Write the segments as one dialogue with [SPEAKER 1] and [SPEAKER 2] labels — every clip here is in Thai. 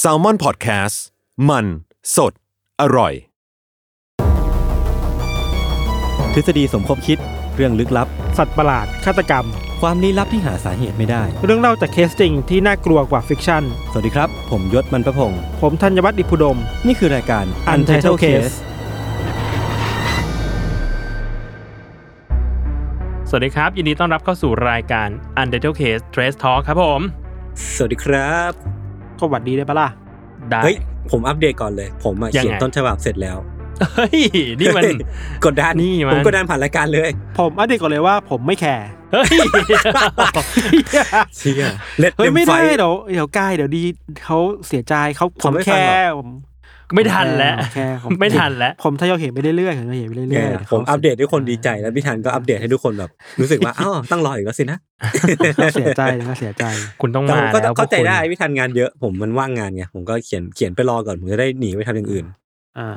[SPEAKER 1] แซลมอนพอดแคสต์มันสดอร่อย
[SPEAKER 2] ทฤษฎีสมคบคิดเรื่องลึกลับ
[SPEAKER 3] สัตว์ประหลาด ฆาตกรรม
[SPEAKER 2] ความลี้ลับที่หาสาเหตุไม่ได้
[SPEAKER 3] เรื่องเล่าจากเคสจริงที่น่ากลัวกว่าฟิกชั่น
[SPEAKER 2] สวัสดีครับ ผมยศมันประพงศ์
[SPEAKER 3] ผมธัญวัฒน์อิพุดม
[SPEAKER 2] นี่คือรายการ
[SPEAKER 3] Untitled Case
[SPEAKER 4] สวัสดีครับ ยินดีต้อนรับเข้าสู่รายการ Untitled Case Trace Talk ครับผม
[SPEAKER 5] สวัสดีครับ
[SPEAKER 3] ก็หวัดดีได้ปะล่ะ
[SPEAKER 4] ได้
[SPEAKER 5] เฮ้ย ผมอัปเดตก่อนเลย ผมอะ
[SPEAKER 4] ยังไง
[SPEAKER 5] เขียนต้นฉบับเสร็จแล้ว
[SPEAKER 4] เฮ้ย นี่มัน
[SPEAKER 5] เฮ้ย กดดัน
[SPEAKER 4] นี่มัน
[SPEAKER 5] ผมกดดันผ่านรายการเลย
[SPEAKER 3] ผมอัปเดตก่อนเลยว่าผมไม่แคร์
[SPEAKER 4] เฮ้ย
[SPEAKER 5] เชี่ยเล็ด
[SPEAKER 3] เฮ้ย
[SPEAKER 5] เต็ม
[SPEAKER 3] ไม่
[SPEAKER 5] ไฟ
[SPEAKER 3] ได้เดี๋ยวเดี๋ยวกายเดี๋ยวดีเขาเสียใจเขาผ
[SPEAKER 5] เขา
[SPEAKER 3] ม
[SPEAKER 5] ไม่
[SPEAKER 3] แค
[SPEAKER 5] ฟังหรอ
[SPEAKER 3] ร์ผม
[SPEAKER 4] ไม่ทันแล้ว
[SPEAKER 3] แค่ผม
[SPEAKER 4] ไม่ทันแล้ว
[SPEAKER 3] ผมทยอยเห็นไปเรื่อยๆเห็นไปเห็นไปเรื่อยๆ
[SPEAKER 5] เนี่ย
[SPEAKER 3] เดี๋ยว
[SPEAKER 5] ผม
[SPEAKER 3] ขา
[SPEAKER 5] อัปเดตให้คนดีใจแล้วพี่ทันก็อัปเดตให้ทุกคนแบบ รู้สึกว่า อ้าวตั้งรออีกแล้วสิ นะ
[SPEAKER 3] เขาเสียใจนะเขาเสียใจ
[SPEAKER 4] คุณต้อง
[SPEAKER 5] แต่
[SPEAKER 4] มา
[SPEAKER 5] ผมก็
[SPEAKER 4] แล้ว
[SPEAKER 5] เข้าใจ
[SPEAKER 4] พวกคุณ
[SPEAKER 5] ได้พี่ทันงานเยอะผมมันว่างงานไงผมก็เขียนเขียนไปรอก่อนผมจะได้หนีไปทำอย่างอื่น
[SPEAKER 3] อ่า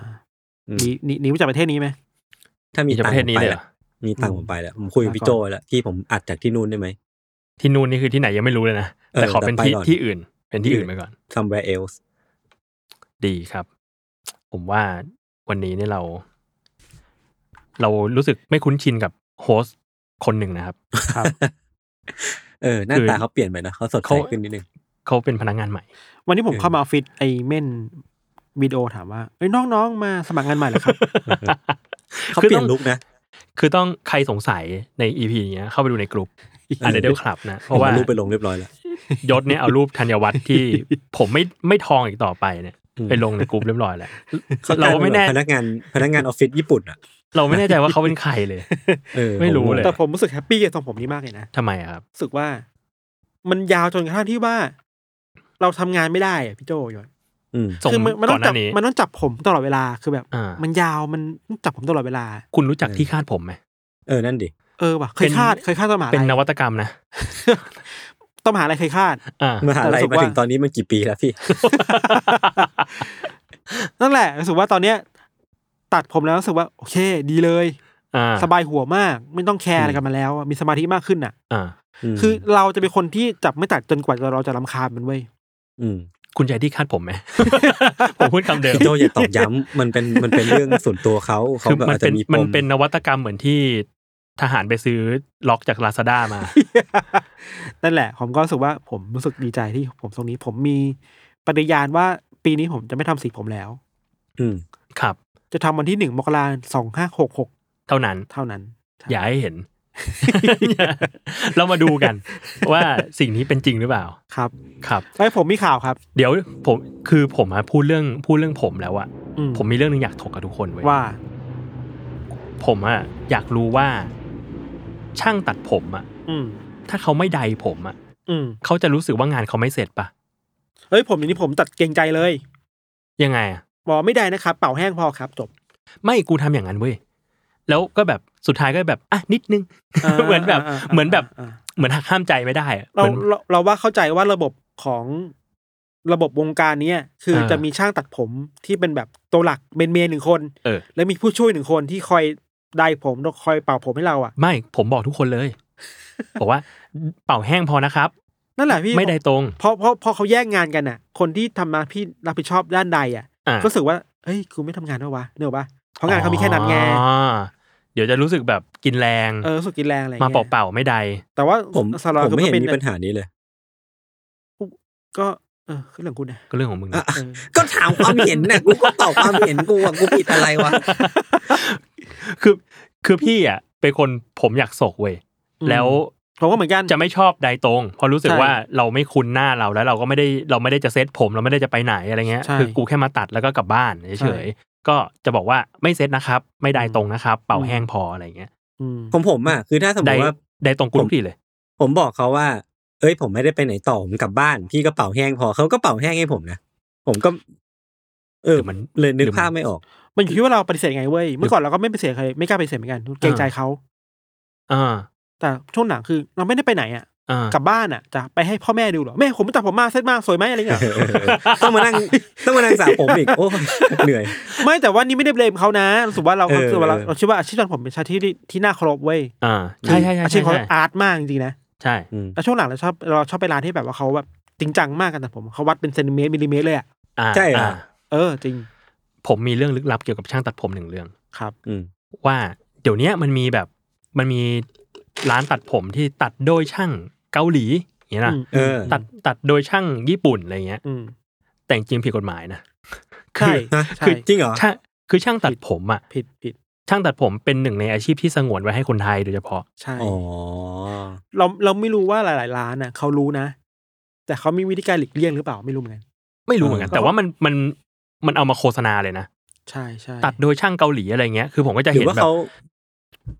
[SPEAKER 5] อืม
[SPEAKER 3] หนีหนีหนีมาจากประเทศนี้ไหม
[SPEAKER 5] ถ้ามี
[SPEAKER 4] มีป
[SPEAKER 5] ตังค์
[SPEAKER 4] ระเท
[SPEAKER 5] ผ
[SPEAKER 4] ศ
[SPEAKER 5] ม
[SPEAKER 4] นี้
[SPEAKER 5] ไป
[SPEAKER 4] เลยเหร
[SPEAKER 5] ละ
[SPEAKER 4] อ
[SPEAKER 5] มีตังค์ผมไปละผมคุยกับพี่โจไว้ละที่ผมอัดจากที่นู่นได้ไหม
[SPEAKER 4] ที่นู่นนี่คือที่ไหนยังไม่รู้เลยนะ แต่ขอเป็นที่
[SPEAKER 5] เออแต่ไปก่อน
[SPEAKER 4] ที่อื่น เป็นที่อื่นไปก่อน
[SPEAKER 5] somewhere else
[SPEAKER 4] ดีครับ ผมว่าวันนี้เนี่ยเรา เรารู้สึกไม่คุ้นชินกับโฮสต์คนหนึ่งนะครับ
[SPEAKER 3] ครับ
[SPEAKER 5] เออหน้า
[SPEAKER 4] คือ
[SPEAKER 5] ตาเขาเปลี่ยนไปนะเขาสดใสขึ้นนิดนึง
[SPEAKER 4] เขาเป็นพนักงานใหม่
[SPEAKER 3] วันนี้ผม
[SPEAKER 5] เออ
[SPEAKER 3] เข้ามาออฟฟิศไอ้เม่นวิดีโอถามว่าเอ้ยน้องๆมาสมัครงานใหม่เหรอครับ
[SPEAKER 5] เขา
[SPEAKER 4] คือ
[SPEAKER 5] เปลี่
[SPEAKER 4] ต้
[SPEAKER 5] ย
[SPEAKER 4] อน ง
[SPEAKER 5] ลุกนะ
[SPEAKER 4] คือต้องใครสงสัยในอีพีเนี้ยเข้าไปดูในกลุ่ มอันเดอร์คลับนะเพ
[SPEAKER 5] เพราะ
[SPEAKER 4] ราะ
[SPEAKER 5] ว่า
[SPEAKER 4] ว่า
[SPEAKER 5] รูปไปลงเรียบร้อยแล้ว
[SPEAKER 4] ยศเนี่ยเอารูปธัญวัฒน์ที่ ผมไม่ไม่ทองอีกต่อไปเนี่ย
[SPEAKER 5] อืม
[SPEAKER 4] ไปลงในกลุ่มเรียบร้อยแล้ว
[SPEAKER 5] เขา
[SPEAKER 4] เราไม่แน่
[SPEAKER 5] พนักงานพนักงานออฟฟิศญี่ปุ่นอ่ะ
[SPEAKER 4] เราไม่แน่ใจว่าเขาเป็นใครเลย
[SPEAKER 5] เออ
[SPEAKER 4] ไม่รู้เลย
[SPEAKER 3] แต่ผมรู้สึกแฮปปี้กับทรงผมนี้มากเลยนะ
[SPEAKER 4] ทำไมอะครับ
[SPEAKER 3] รู้สึกว่า มันยาวจนกระทั่งที่ว่า เราทำงานไม่ได้อะพี่โจโยน
[SPEAKER 5] อืม
[SPEAKER 4] ส่ง
[SPEAKER 3] คืมัมัน
[SPEAKER 4] ก่
[SPEAKER 3] ต้
[SPEAKER 4] อ
[SPEAKER 3] อน ง
[SPEAKER 4] ห
[SPEAKER 3] จั
[SPEAKER 4] น้า
[SPEAKER 3] บ
[SPEAKER 4] นี้
[SPEAKER 3] มันต้องจับผมตลอดเวลาคือแบบ
[SPEAKER 4] อ่ามั
[SPEAKER 3] มันยาวมันจับผมตลอดเวลา
[SPEAKER 4] คุณรู้จักที่คาดผมไหม
[SPEAKER 5] เออนั่นดิ
[SPEAKER 3] เออว่ะเค
[SPEAKER 4] เป็
[SPEAKER 3] ย
[SPEAKER 4] น
[SPEAKER 3] คาดเคยคาดตอนมหา
[SPEAKER 4] เป็นน
[SPEAKER 3] ลัย
[SPEAKER 4] วัตกรรมนะ
[SPEAKER 3] ตอนมหาลัยเคยคาด
[SPEAKER 4] อ่าม
[SPEAKER 5] หาลัย
[SPEAKER 3] แต่รู้สึก
[SPEAKER 5] มา
[SPEAKER 3] ว่า
[SPEAKER 5] ถึงตอนนี้มันกี่ปีแล้วพี่
[SPEAKER 3] นั่นแหละรู้สึกว่าตอนเนี้ย ตัดผมแล้วรู้สึกว่า โอเค ดีเลย
[SPEAKER 4] อ่า
[SPEAKER 3] สบายหัวมาก ไม่ต้องแคร์อะไรกันมาแล้วอะมีสมาธิมากขึ้นอ่ะ
[SPEAKER 4] อ่า
[SPEAKER 5] ม
[SPEAKER 3] คือเราจะเป็นคนที่จับไม่ตัดจนกว่าเราจะรำคาญมันเว้ย
[SPEAKER 5] ม
[SPEAKER 4] คุณใจที่คาดผมไหม ผมพูดคำเดิม
[SPEAKER 5] พี่โจอย่าตอบย้ำมันเป็นมันเป็นเรื่องส่วนตัวเขาเขา
[SPEAKER 4] คือ
[SPEAKER 5] แบบ
[SPEAKER 4] มัน
[SPEAKER 5] อาจ
[SPEAKER 4] เป็
[SPEAKER 5] จะ
[SPEAKER 4] น
[SPEAKER 5] มีป
[SPEAKER 4] มัน
[SPEAKER 5] ม
[SPEAKER 4] เป็นนวัตกรรมเหมือนที่ทหารไปซื้อล็อกจากลาซาด้ามา
[SPEAKER 3] นั่นแหละ ผมก็รู้สึกว่าผมรู้สึกดีใจที่ผมทรงนี้ ผมมีปฏิญาณว่าปีนี้ผมจะไม่ทำสีผมแล้ว
[SPEAKER 5] อืม
[SPEAKER 4] ครับ
[SPEAKER 3] จะทำวันที่หนึ่งมกราสองห้าหกหก
[SPEAKER 4] เท่านั้น
[SPEAKER 3] เท่านั้นใช่
[SPEAKER 4] อย่าให้เห็น เรามาดูกัน ว่าสิ่งนี้เป็นจริงหรือเปล่า
[SPEAKER 3] ครับ
[SPEAKER 4] ครับ
[SPEAKER 3] ไอ้ยผมมีข่าวครับ
[SPEAKER 4] เดี๋ยวผมคือผมอะพูดเรื่องพูดเรื่องผมแล้วอะ
[SPEAKER 3] อืม
[SPEAKER 4] ผมมีเรื่องหนึงอยากถกกับทุกคนไว้ย
[SPEAKER 3] ว่า
[SPEAKER 4] ผมอะอยากรู้ว่า ช่างตัดผมอะ
[SPEAKER 3] อืม
[SPEAKER 4] ถ้าเขาไม่ใดผมอะ
[SPEAKER 3] อืม
[SPEAKER 4] เขาจะรู้สึกว่างานเขาไม่เสร็จปะ
[SPEAKER 3] เฮ้ยผมอย่างนี้ผมตัดเกรงใจเลย
[SPEAKER 4] ยังไงอะ
[SPEAKER 3] บอกไม่ได้นะครับ เป่าแห้งพอครับ จบ
[SPEAKER 4] ไม่กูทำอย่างนั้นเว้ยแล้วก็แบบสุดท้ายก็แบบอ่ะนิดนึง
[SPEAKER 3] อ่า
[SPEAKER 4] เหมือนแบบ
[SPEAKER 3] อ่าอ่า
[SPEAKER 4] เหมือนแบบ
[SPEAKER 3] อ่า
[SPEAKER 4] เหมือนหักห้ามใจไม่ได้อะ
[SPEAKER 3] เรา
[SPEAKER 4] หมือน
[SPEAKER 3] เราเราว่าเข้าใจว่าระบบของระบบวงการเนี้ยคือ
[SPEAKER 4] เออ
[SPEAKER 3] จะมีช่างตัดผมที่เป็นแบบตัวหลักเมนเมนหนึ่งคน
[SPEAKER 4] เออ
[SPEAKER 3] แล้วมีผู้ช่วยหนึ่งคนที่คอยได้ผมคอยเป่าผมให้เราอ่ะ
[SPEAKER 4] ไม่ผมบอกทุกคนเลย บอกว่าเป่าแห้งพอนะครับ
[SPEAKER 3] นั่นแหละพี่
[SPEAKER 4] ไม่ใดตรง
[SPEAKER 3] เพราะเพราะเพราะเขาแยกงานกันอ่ะ คนที่ทำมาพี่รับผิดชอบด้านใดอ่ะ
[SPEAKER 4] อ่ะ
[SPEAKER 3] ก็รู้สึกว่าเฮ้ยกูไม่ทำงานแล้ววะเนกอะปะเพราะงานเขามีแค่นั้นไง
[SPEAKER 4] อ๋อเดี๋ยวจะรู้สึกแบบกินแรง
[SPEAKER 3] เออรู้สุกินแรงอะไร
[SPEAKER 4] มา
[SPEAKER 3] เงี้ย
[SPEAKER 4] เปล่าๆไม่ใด
[SPEAKER 3] แต่ว่า
[SPEAKER 5] ผม
[SPEAKER 3] สลอ
[SPEAKER 5] ผม
[SPEAKER 3] คือ
[SPEAKER 5] ไม่
[SPEAKER 3] น
[SPEAKER 5] เห็น
[SPEAKER 3] เป็น
[SPEAKER 5] มีปัญหานี้เลย
[SPEAKER 3] ก็ เออคือเรื่องคุณนะ
[SPEAKER 4] ก็เรื่องของมึงนะ
[SPEAKER 5] อ่ะ ก็ถามความเห็นน่ะกูก็ตอบความเห็นกูอ่ะกูผิดอะไร วะ
[SPEAKER 4] คือคือพี่อ่ะเป็นคนผมอยากโศกเว้ยแล้ว
[SPEAKER 3] ผมก็เหมือนกัน
[SPEAKER 4] จะไม่ชอบใดตรงเพราะรู้สึก
[SPEAKER 3] ใช่
[SPEAKER 4] ว่าเราไม่คุ้นหน้าเราแล้ว เราก็ไม่ได้เราไม่ได้จะเซตผมเราไม่ได้จะไปไหนอะไรเงี้ย
[SPEAKER 3] ใช่
[SPEAKER 4] คือกูแค่มาตัดแล้วก็กลับบ้าน
[SPEAKER 3] ใช่
[SPEAKER 4] เฉยๆก็จะบอกว่าไม่เซตนะครับ ไม่ไดตรงนะครับ เป่า
[SPEAKER 3] อืม
[SPEAKER 4] แห้งพออะไรเงี้ย
[SPEAKER 3] อืม
[SPEAKER 5] ของผมอ่ะคือถ้าสมม
[SPEAKER 4] ได
[SPEAKER 5] ติว่า
[SPEAKER 4] ไดตรงกูทุกทีเลย
[SPEAKER 5] ผมบอกเขาว่า เอ้ย ผมไม่ได้ไปไหนต่อผมกลับบ้าน พี่กระเป๋าแห้งพอเขาก็เป๋าแห้งให้ผมนะ ผมก็ เออ
[SPEAKER 4] หรือมัน
[SPEAKER 5] เลยนึกภาพไม่ออก
[SPEAKER 3] มันอยู่ที่ว่าเราปฏิเสธไงเว้ย เมื่อก่อนเราก็ไม่ปฏิเสธใครไม่กล้าปฏิเสธเหมือนกันเกรงใจเขา
[SPEAKER 4] อ่า
[SPEAKER 3] แต่ช่วงหลังคือเราไม่ได้ไปไหนอ่ะ
[SPEAKER 4] อ่าก
[SPEAKER 3] ลับบ้านอ่ะจะไปให้พ่อแม่ดูเหรอ แม่ผมตัดผมมาเซ็ตมากสวยไหมอะไรเงี้ย
[SPEAKER 5] ต้องมานั่งต้องมานั่งสระผมอีก โอ้ยเหนื่อย
[SPEAKER 3] ไม่แต่ว่านี่ไม่ได้เบลมเขานะรู้สึกว่าเรา
[SPEAKER 5] เออ
[SPEAKER 3] รู้สึกว่าเรา
[SPEAKER 5] เออ
[SPEAKER 3] เราคิดว่าอาชีพของผมเป็นอาชีพที่ที่น่าเคารพเว้ย
[SPEAKER 4] อ่าใช่ใช่ใช่
[SPEAKER 3] อาชี
[SPEAKER 4] ใช่
[SPEAKER 3] พเขา
[SPEAKER 4] ใช่
[SPEAKER 3] อาร์ตมากจริงๆนะ
[SPEAKER 4] ใช่
[SPEAKER 5] อืม
[SPEAKER 3] แล้วช่วงหลังเราชอบเราชอบไปร้านที่แบบว่าเขาแบบจริงจังมากกันแต่ผมเขาวัดเป็นเซนติเมตรมิลลิเมตรเลยอ่ะ
[SPEAKER 4] อ่า
[SPEAKER 5] ใช่เหรออ่
[SPEAKER 4] อ่า
[SPEAKER 3] เออจริง
[SPEAKER 4] ผมมีเรื่องลึกลับเกี่ยวกับช่างตัดผมหนึ่งเรื่อง
[SPEAKER 3] ครับ
[SPEAKER 5] อืม
[SPEAKER 4] ว่าเดี๋ยวเนี้ยมันมีแบบมันมีร้านตัดผมที่ตัดโดยช่างเกาหลีอย่างเงี้ยนะ
[SPEAKER 3] ม
[SPEAKER 5] เออ
[SPEAKER 4] ตัดตัดโดยช่างญี่ปุ่นอะไรเงี้ย
[SPEAKER 3] อืม
[SPEAKER 4] แต่จริงๆผิดกฎหมายนะ
[SPEAKER 3] ใช่
[SPEAKER 5] ฮะ
[SPEAKER 3] ใช่
[SPEAKER 5] จริงเหรอ
[SPEAKER 4] ช่างคือช่างตัดผมอ่ะ
[SPEAKER 3] ผิดผิด
[SPEAKER 4] ช่างตัดผมเป็นหนึ่งในอาชีพที่สงวนไว้ให้คนไทยโดยเฉพาะ
[SPEAKER 3] ใช่
[SPEAKER 5] อ๋อ
[SPEAKER 3] เราเราไม่รู้ว่าหลาย ๆ ร้านอ่ะเขารู้นะ แต่เขามีวิธีการหลีกเลี่ยงหรือเปล่าไม่รู้เหมือนกัน
[SPEAKER 4] ไม่รู้เหมือนกัน
[SPEAKER 3] เออ
[SPEAKER 4] แต่ว่ามันมันมันเอามาโฆษณาเลยนะ
[SPEAKER 3] ใช่ใช่
[SPEAKER 4] ตัดโดยช่างเกาหลีอะไรเงี้ยคือผมก็จะ
[SPEAKER 5] หรื
[SPEAKER 4] เห็น
[SPEAKER 5] อว่า
[SPEAKER 4] แบบ
[SPEAKER 5] เขา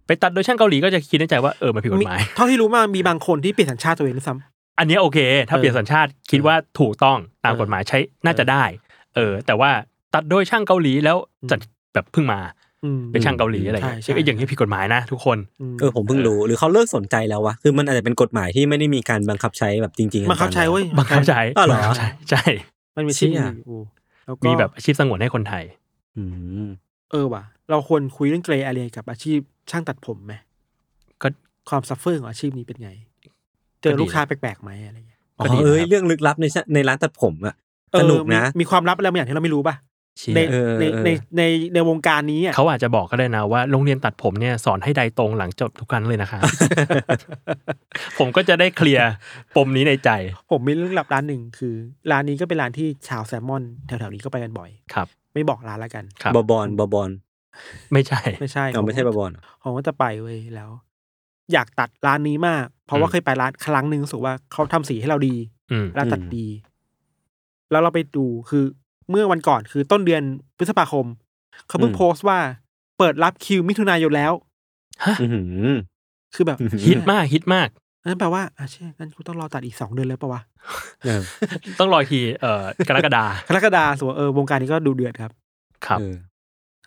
[SPEAKER 4] ไปตัดโดยช่างเกาหลีก็จะคิดในใจว่าเออมันผิดกฎหมาย
[SPEAKER 3] มีเท่าที่รู้มามีบางคนที่เปลี่ยนสัญชาติตัวเองด้วยซ้ำ
[SPEAKER 4] อันเนี้ยโอเค ถ้า
[SPEAKER 3] เออ
[SPEAKER 4] เปลี่ยนสัญชาติคิดว่าถูกต้องตาม
[SPEAKER 3] เออก
[SPEAKER 4] ฎหมายใช้น่าจะได้ เออ แต่ว่าตัดโดยช่างเกาหลีแล้ว
[SPEAKER 3] อืม
[SPEAKER 4] จัดแบบเพิ่งมา
[SPEAKER 3] อืม
[SPEAKER 4] เป็นช่างเกาหลีอะไรเงี้ย
[SPEAKER 3] ใช่ใช่
[SPEAKER 4] เอ้ยอย่างนี้ยผิดกฎหมายนะทุกคน
[SPEAKER 3] ม
[SPEAKER 5] เออผมเพิ่งรู้หรือเขาเลิกสนใจแล้ววะคือมันอาจจะเป็นกฎหมายที่ไม่ได้มีการบังคับใช้แบบจริงๆ
[SPEAKER 3] มันเข้าใจเว้ย
[SPEAKER 4] บังคับใช้
[SPEAKER 5] อ้าวเหรอ
[SPEAKER 4] ใช่ใช่
[SPEAKER 3] มันมีชื่อ
[SPEAKER 5] เชี่ย
[SPEAKER 3] อยู่แล้วก็
[SPEAKER 4] มีแบบอาชีพสงวนให้คนไทย
[SPEAKER 5] อืม
[SPEAKER 3] เออว่ะ เราควรคุยเรื่องเกรย์แอเรียกับอาชีพช่างตัดผมไหม
[SPEAKER 4] ก็
[SPEAKER 3] ความซัฟเฟอร์ของอาชีพนี้เป็นไง เจ
[SPEAKER 4] ก็
[SPEAKER 3] อ
[SPEAKER 4] ดี
[SPEAKER 3] ลูกค้าแปลกๆไหมอะไรเงี้ย
[SPEAKER 5] อ๋
[SPEAKER 4] ก็ดี
[SPEAKER 5] อ
[SPEAKER 4] นะ
[SPEAKER 5] เอ้ย
[SPEAKER 4] ครับ
[SPEAKER 5] เรื่องลึกลับในชะในร้านตัดผมอะสนุกนะ
[SPEAKER 3] เออมีมีความลับอะไรบางอย่างที่เราไม่รู้ป่ะ
[SPEAKER 4] เชี่ย
[SPEAKER 3] ใน
[SPEAKER 5] เออ
[SPEAKER 3] ใน
[SPEAKER 5] เออ
[SPEAKER 3] ในในในวงการนี้อ่ะ
[SPEAKER 4] เขาอาจจะบอกก็ได้นะว่าโรงเรียนตัดผมเนี่ยสอนให้ใดตรงหลังจบทุกครั้งเลยนะคะ ผมก็จะได้เคลียร์ปมนี้ในใจ
[SPEAKER 3] ผมมีเรื่องลับร้านหนึ่งคือ ร้านนี้ก็เป็นร้านที่ชาวแซลมอนแถวๆนี้ก็ไปกันบ่อย
[SPEAKER 4] ครับ
[SPEAKER 3] ไม่บอกร้านละกัน
[SPEAKER 4] ครับ
[SPEAKER 5] บอบอนบอบอน
[SPEAKER 4] ไม่ใช่
[SPEAKER 3] ไม่ใช่
[SPEAKER 5] เอาไม่ใช่บอบอนเหรอ
[SPEAKER 3] ผมก็จะไปเว้ยแล้ว อยากตัดร้านนี้มาก เพราะว่าเคยไปร้านครั้งหนึ่งรู้สึกว่าเขาทำสีให้เราดี
[SPEAKER 4] อืม
[SPEAKER 3] ร้านตัดดี แล้วเราไปดูคือเมื่อวันก่อนคือต้นเดือนพฤษภาคม เขาเพิ่งโพสต์ว่าเปิดรับคิวมิถุนายนแล้ว
[SPEAKER 4] ฮะ
[SPEAKER 5] อื้อหือ
[SPEAKER 3] คือแบบ
[SPEAKER 4] ฮิตมากฮิตมาก
[SPEAKER 3] นั่นแปลว่าอ่ะเช่ยงั้นกูต้องรอตัดอีกสองเดือนเลยปะวะ
[SPEAKER 5] เออ
[SPEAKER 4] ต้องรออีกทีเอ่อกรกฎาคม
[SPEAKER 3] กรกฎาส่วนเออวงการนี้ก็ดูเดือดครับ
[SPEAKER 4] ครับ
[SPEAKER 5] เออ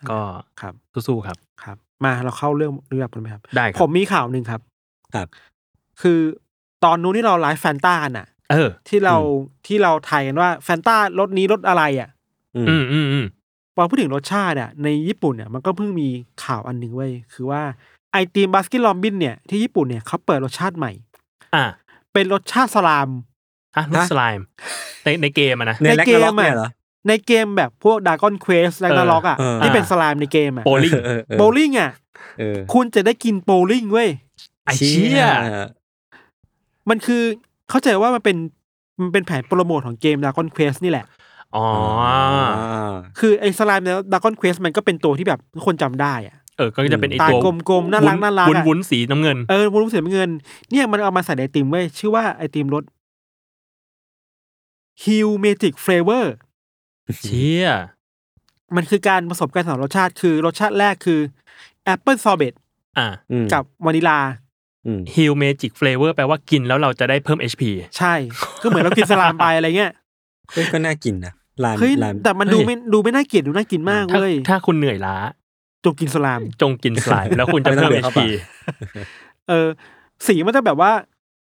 [SPEAKER 4] ก็
[SPEAKER 3] ครับ
[SPEAKER 4] สู้ๆครับ
[SPEAKER 3] ครับ มาเราเข้าเรื่องเรื่องกันไหมครับ
[SPEAKER 4] ได้ครั
[SPEAKER 3] ผมมีข่าวหนึ่งครับ
[SPEAKER 5] ครับ
[SPEAKER 3] คือตอนนู้นที่เราไลฟ์แฟนตากันอ่ะ
[SPEAKER 4] เออ
[SPEAKER 3] ที่เราที่เราทายกันว่าแฟนตารถนี้รถอะไรอ่ะ
[SPEAKER 5] อืม
[SPEAKER 4] อืมอืมอืม
[SPEAKER 3] พอพูดถึงรสชาติอ่ะในญี่ปุ่นเนี่ยมันก็เพิ่งมีข่าวอันหนึ่งเว้ยคือว่าไอติมบาสกิลลอมบินเนี่ยที่ญี่ปุ่นเนี่ยเขาเปิดรสชาติใหม่
[SPEAKER 4] อ่ะ
[SPEAKER 3] เป็นรสชาติสลาม
[SPEAKER 4] อ่ะลูกสไลม์ในในเกมอะ นะ
[SPEAKER 5] ใน
[SPEAKER 3] ใน
[SPEAKER 5] แล็ก
[SPEAKER 3] เก
[SPEAKER 5] นาล็
[SPEAKER 3] ม
[SPEAKER 5] อก
[SPEAKER 3] อะ
[SPEAKER 5] เนี่ยเหรอ
[SPEAKER 3] ในเกมแบบพวกดากอนเควสแลกนาล็อกอ่ะ
[SPEAKER 5] เออ
[SPEAKER 3] ที่เป็นสลามในเกมอ่ะ
[SPEAKER 4] โบลิ่ง
[SPEAKER 5] เออเออ
[SPEAKER 3] โบลิ่งอ่ะ
[SPEAKER 5] เออ
[SPEAKER 3] คุณจะได้กินโบลิ่งเว้ย
[SPEAKER 4] ไอเชี่ย
[SPEAKER 3] มันคือเข้าใจว่ามันเป็นมันเป็นแผนโปรโมทของเกมดากอนเควสนี่แหละ
[SPEAKER 4] อ๋อ
[SPEAKER 3] คือไอสลามในดากอนเควสมันก็เป็นตัวที่แบบทุกคนจำได้อ่ะ
[SPEAKER 4] เออ ก็จะเป็นไอ
[SPEAKER 3] ตา
[SPEAKER 4] ตัว
[SPEAKER 3] กลมๆน่ารักน่ารัก
[SPEAKER 4] วุ้น
[SPEAKER 3] อะ
[SPEAKER 4] วุ้นๆสีน้ำเงิน
[SPEAKER 3] เออวุ้นวุ้นสีน้ำเงินเนี่ยมันเอามาใส่ในไอติมเว้ยชื่อว่าไอติมรส ฮิวเมจิกเฟลเวอร์
[SPEAKER 4] เชี่ย
[SPEAKER 3] มันคือการผสมกันสองรสชาติคือรสชาติแรกคือแอปเปิลซอเบต
[SPEAKER 4] อ่ะ
[SPEAKER 5] กั
[SPEAKER 3] กั
[SPEAKER 5] บบ
[SPEAKER 3] วานิลา
[SPEAKER 4] ฮิลเมจิกเฟลเวอร์แปลว่ากินแล้วเราจะได้เพิ่ม HP
[SPEAKER 3] ใช่ ก็เหมือนเรากินสลามไปอะไรเงี้ ย
[SPEAKER 5] เฮ้ยก็น่ากินนะร้าน
[SPEAKER 3] เฮ้ย
[SPEAKER 5] ร้าน
[SPEAKER 3] แต่มันดูไม่ดูไม่น่าเกลียดดูน่ากินมาก
[SPEAKER 4] ถ้า
[SPEAKER 3] เว้ย
[SPEAKER 4] ถ้าคุณเหนื่อยล้า
[SPEAKER 3] จงกินสลาม
[SPEAKER 4] จงกินสไลม์แล้วคุณจะเพิ่ ม HP
[SPEAKER 3] เออ สีมันจะแบบว่า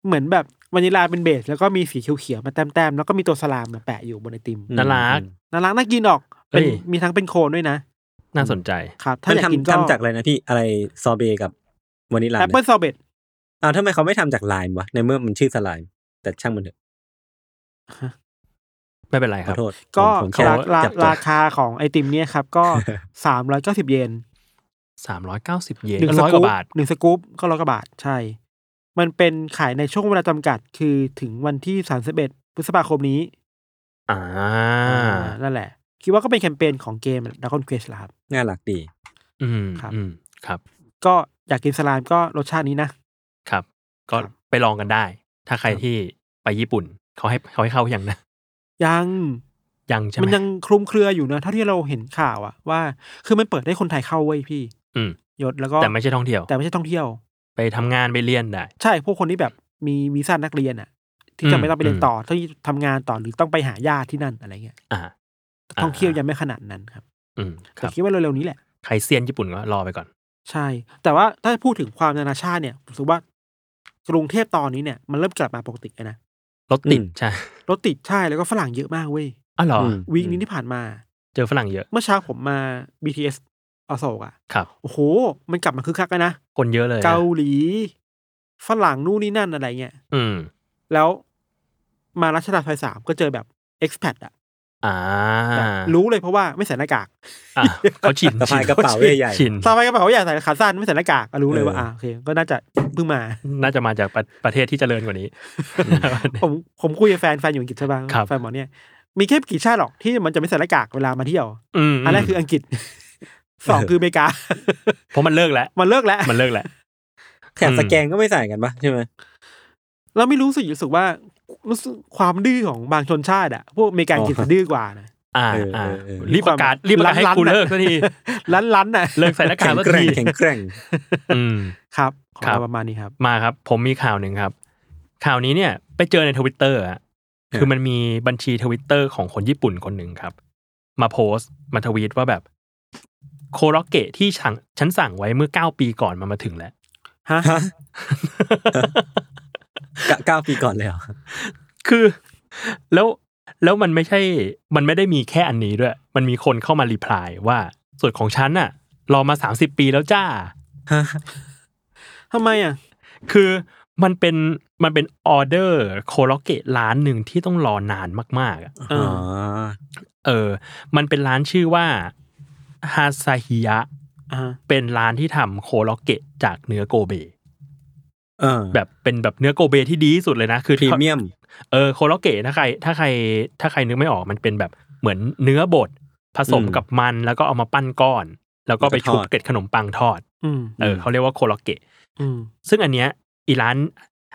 [SPEAKER 3] เหมือนแบบวานิลาเป็นเบส แล้วก็มีสีเขียวๆมาแต้มๆแล้วก็มีตัวสลามมาแปะอยู่บนไอติม
[SPEAKER 5] อืม
[SPEAKER 4] น่ารัก
[SPEAKER 3] น่ารักน่ากินออกเป็น
[SPEAKER 4] เอ้ย
[SPEAKER 3] มีทั้งเป็นโคนด้วยนะ
[SPEAKER 4] น่าสนใจ
[SPEAKER 3] ครับ ถ้า
[SPEAKER 5] มัน
[SPEAKER 3] อยากกิน
[SPEAKER 5] ทำ
[SPEAKER 3] ก็
[SPEAKER 5] ทำจากอะไรนะพี่อะไรซอเบย์กับวานิลลา
[SPEAKER 3] แอปเปิล
[SPEAKER 5] นะ
[SPEAKER 3] ซอเบต
[SPEAKER 5] อ้าวทำไมเขาไม่ทำจากไลม์วะในเมื่อมันชื่อสไลม์แต่ช่างมันเถอะ
[SPEAKER 4] ไม่เป็นไร
[SPEAKER 5] ขอ
[SPEAKER 4] ครับ
[SPEAKER 5] โทษ
[SPEAKER 3] ก็
[SPEAKER 5] ผมแค่
[SPEAKER 3] ราคา
[SPEAKER 5] จับตัว
[SPEAKER 3] ราคาของไอติมเนี่ยครับ ก็ สามร้อยเก้าสิบเยน
[SPEAKER 4] 390 เยน
[SPEAKER 3] หนึ่ง
[SPEAKER 4] ก็
[SPEAKER 3] ส
[SPEAKER 4] ร้อยก
[SPEAKER 3] กู๊ป
[SPEAKER 4] ว่าบาท
[SPEAKER 3] หนึ่งสกู๊ปก็ร้อยกว่าบาทใช่ มันเป็นขายในช่วงเวลาจำกัดคือถึงวันที่สามสิบเอ็ดพฤษภาคมนี้
[SPEAKER 4] อ่า
[SPEAKER 3] นั่นแหละ คิดว่าก็เป็นแคมเปญของเกม Dragon Quest ละครับ
[SPEAKER 5] น่ารักดี
[SPEAKER 4] อืม
[SPEAKER 3] ครับ
[SPEAKER 4] อืมครับ
[SPEAKER 3] ก็อยากกินสลามก็รสชาตินี้นะ
[SPEAKER 4] ครับ ก็
[SPEAKER 3] ครับ
[SPEAKER 4] ไปลองกันได้ ถ้าใครที่ไปญี่ปุ่นเขาให้เขาให้เข้าอย่างนะ
[SPEAKER 3] ยัง
[SPEAKER 4] ยังใช่ไหม
[SPEAKER 3] มันยังคลุมเครืออยู่นะเท่าที่เราเห็นข่าวอะว่าคือมันเปิดให้คนไทยเข้าเว้ยพี่
[SPEAKER 4] อืม
[SPEAKER 3] ยศแล้วก็
[SPEAKER 4] แต่ไม่ใช่ท่องเที่ยว
[SPEAKER 3] แต่ไม่ใช่ท่องเที่ยว
[SPEAKER 4] ไปทำงานไปเรียนได้
[SPEAKER 3] ใช่พวกคนที่แบบมีวีซ่านักเรียนอะที่จะไม่ต้องไปเรียนต่อต้องทำงานต่อหรือต้องไปหาญาติที่นั่นอะไรเงี้ย
[SPEAKER 4] อ่า
[SPEAKER 3] ท่องเที่ยวยังไม่ขนาดนั้นครับ
[SPEAKER 4] อืมค
[SPEAKER 3] แต่
[SPEAKER 4] รับ
[SPEAKER 3] คิดว่าเร็วๆนี้แหละ
[SPEAKER 4] ใครเซียนญี่ปุ่นก็รอไปก่อน
[SPEAKER 3] ใช่ แต่ว่าถ้าพูดถึงความนานาชาติเนี่ยผมรู้สึกว่ากรุงเทพตอนนี้เนี่ยมันเริ่มกลับมาปกติแล้วนะ
[SPEAKER 4] รถติด
[SPEAKER 5] อืม
[SPEAKER 4] ใช่
[SPEAKER 3] รถติดใช่แล้วก็ฝรั่งเยอะมากเว้ย
[SPEAKER 4] อ๋อเหรอ
[SPEAKER 5] อืม
[SPEAKER 3] วีคนี้ที่ผ่านมา
[SPEAKER 4] เจอฝรั่งเยอะ
[SPEAKER 3] เมื่อเช้าผมมา BTS อโศกอะ
[SPEAKER 4] ครับ
[SPEAKER 3] โอ้โห มันกลับมาคึกคักแล้วนะ
[SPEAKER 4] คนเยอะเลยนะ
[SPEAKER 3] เกาหลี ฝรั่งนู่นนี่นั่นอะไรเงี้ย
[SPEAKER 4] อืม
[SPEAKER 3] แล้วมารัชดาซอยสามก็เจอแบบ expat อะ
[SPEAKER 4] อ่า
[SPEAKER 3] แบบรู้เลยเพราะว่าไม่ใส่หน้ากาก
[SPEAKER 4] อ่ะเขาชิน
[SPEAKER 5] สะพายกระเป๋า
[SPEAKER 4] ชิน
[SPEAKER 5] ใหญ่ๆ
[SPEAKER 4] ชิน
[SPEAKER 3] สบายกระเป๋าใหญ่ใส่ขาสั้นไม่ใส่หน้ากากก็รู้เลยว่า
[SPEAKER 5] เอออ่
[SPEAKER 3] อ่ะโอเค ก็น่าจะเพิ่งมา
[SPEAKER 4] น่าจะมาจากประประเทศที่เจริญกว่านี้
[SPEAKER 3] ผมผมคุยกับแฟนแฟนอยู่อังกฤษใช่ปะ
[SPEAKER 4] ครับ
[SPEAKER 3] แฟนบอกเนี่ยมีแค่ไม่กี่ชาติหรอกที่มันจะไม่ใส่หน้ากากเวลามาเที่ยว
[SPEAKER 4] อืม
[SPEAKER 3] อันแรกคืออังกฤษ สองคืออเมริกา
[SPEAKER 4] เพราะมันเลิกแล้ว
[SPEAKER 3] มันเลิกแล้ว
[SPEAKER 4] มันเลิกแล้ว
[SPEAKER 5] แถบสแกนก็ไม่ใส่กันปะใช่ไหม
[SPEAKER 3] เราไม่รู้สึกรู้สึกว่ารู้สึกความดื้อของบางชนชาติอะพวกอเมริกันอังกฤษจะดื้อกว่า นะ
[SPEAKER 4] อ่า
[SPEAKER 5] เออเอ
[SPEAKER 4] อ่า
[SPEAKER 5] อเออ
[SPEAKER 4] รีบประกาศรีบประกาศให้
[SPEAKER 3] ร้านๆ
[SPEAKER 4] กูเลิก
[SPEAKER 3] น่ะ
[SPEAKER 4] สักที
[SPEAKER 3] ล้านล้านๆน่ะ
[SPEAKER 4] เลิกใส่หน้ากา
[SPEAKER 5] แข็
[SPEAKER 4] ก
[SPEAKER 5] ง
[SPEAKER 4] สัก
[SPEAKER 5] แกร่
[SPEAKER 4] ที
[SPEAKER 5] งแข็งแกร่ง
[SPEAKER 4] อืม
[SPEAKER 3] ครับขอ
[SPEAKER 4] ครับ
[SPEAKER 3] เราประมาณนี้ครับ
[SPEAKER 4] มาครับ ผมมีข่าวหนึ่งครับ ข่าวนี้เนี่ย ไปเจอในทวิตเตอร์อะคือมันมีบัญชีทวิตเตอร์ของคนญี่ปุ่นคนหนึ่งครับ มาโพสต์มาทวีตว่าแบบ โคโรเกะที่ฉันฉันสั่งไว้เมื่อเก้าปีก่อนมันมาถึงแล้ว
[SPEAKER 3] ฮะ
[SPEAKER 5] ฮะ เก้าเก้าปีก่อนเลยเหรอ
[SPEAKER 4] คือ แล้วแล้วมันไม่ใช่ มันไม่ได้มีแค่อันนี้ด้วย มันมีคนเข้ามารีプライว่าส่วนของฉันน่ะ รอมาสามสิบปีแล้วจ้า
[SPEAKER 5] ฮะ
[SPEAKER 3] ทำไมอะ
[SPEAKER 4] คือมันเป็นมันเป็นออเดอร์โคโรเกะร้านหนึ่งที่ต้องรอนานมากๆอะ
[SPEAKER 5] อ๋อ
[SPEAKER 4] เออ มันเป็นร้านชื่อว่าฮาซาฮิยะ
[SPEAKER 3] อ่า
[SPEAKER 4] เป็นร้านที่ทำโคโรเกะจากเนื้อโกเบ
[SPEAKER 5] เออ
[SPEAKER 4] แบบเป็นแบบเนื้อโกเบที่ดีที่สุดเลยนะคือ
[SPEAKER 5] พรีเมียม
[SPEAKER 4] เออโคโลเกะถ้าใครถ้าใครถ้าใครนึกไม่ออกมันเป็นแบบเหมือนเนื้อบดผสม
[SPEAKER 5] อืม
[SPEAKER 4] กับมันแล้วก็เอามาปั้นก้อน แล้วก็ไปชุบ
[SPEAKER 5] แล้วก็ทอด
[SPEAKER 4] เกล็ดขนมปังทอด
[SPEAKER 3] อืม
[SPEAKER 4] เอออ
[SPEAKER 5] ม
[SPEAKER 4] เขาเรียกว่าโคโลเกะ
[SPEAKER 3] อืม
[SPEAKER 4] ซึ่งอันเนี้ยอีร้าน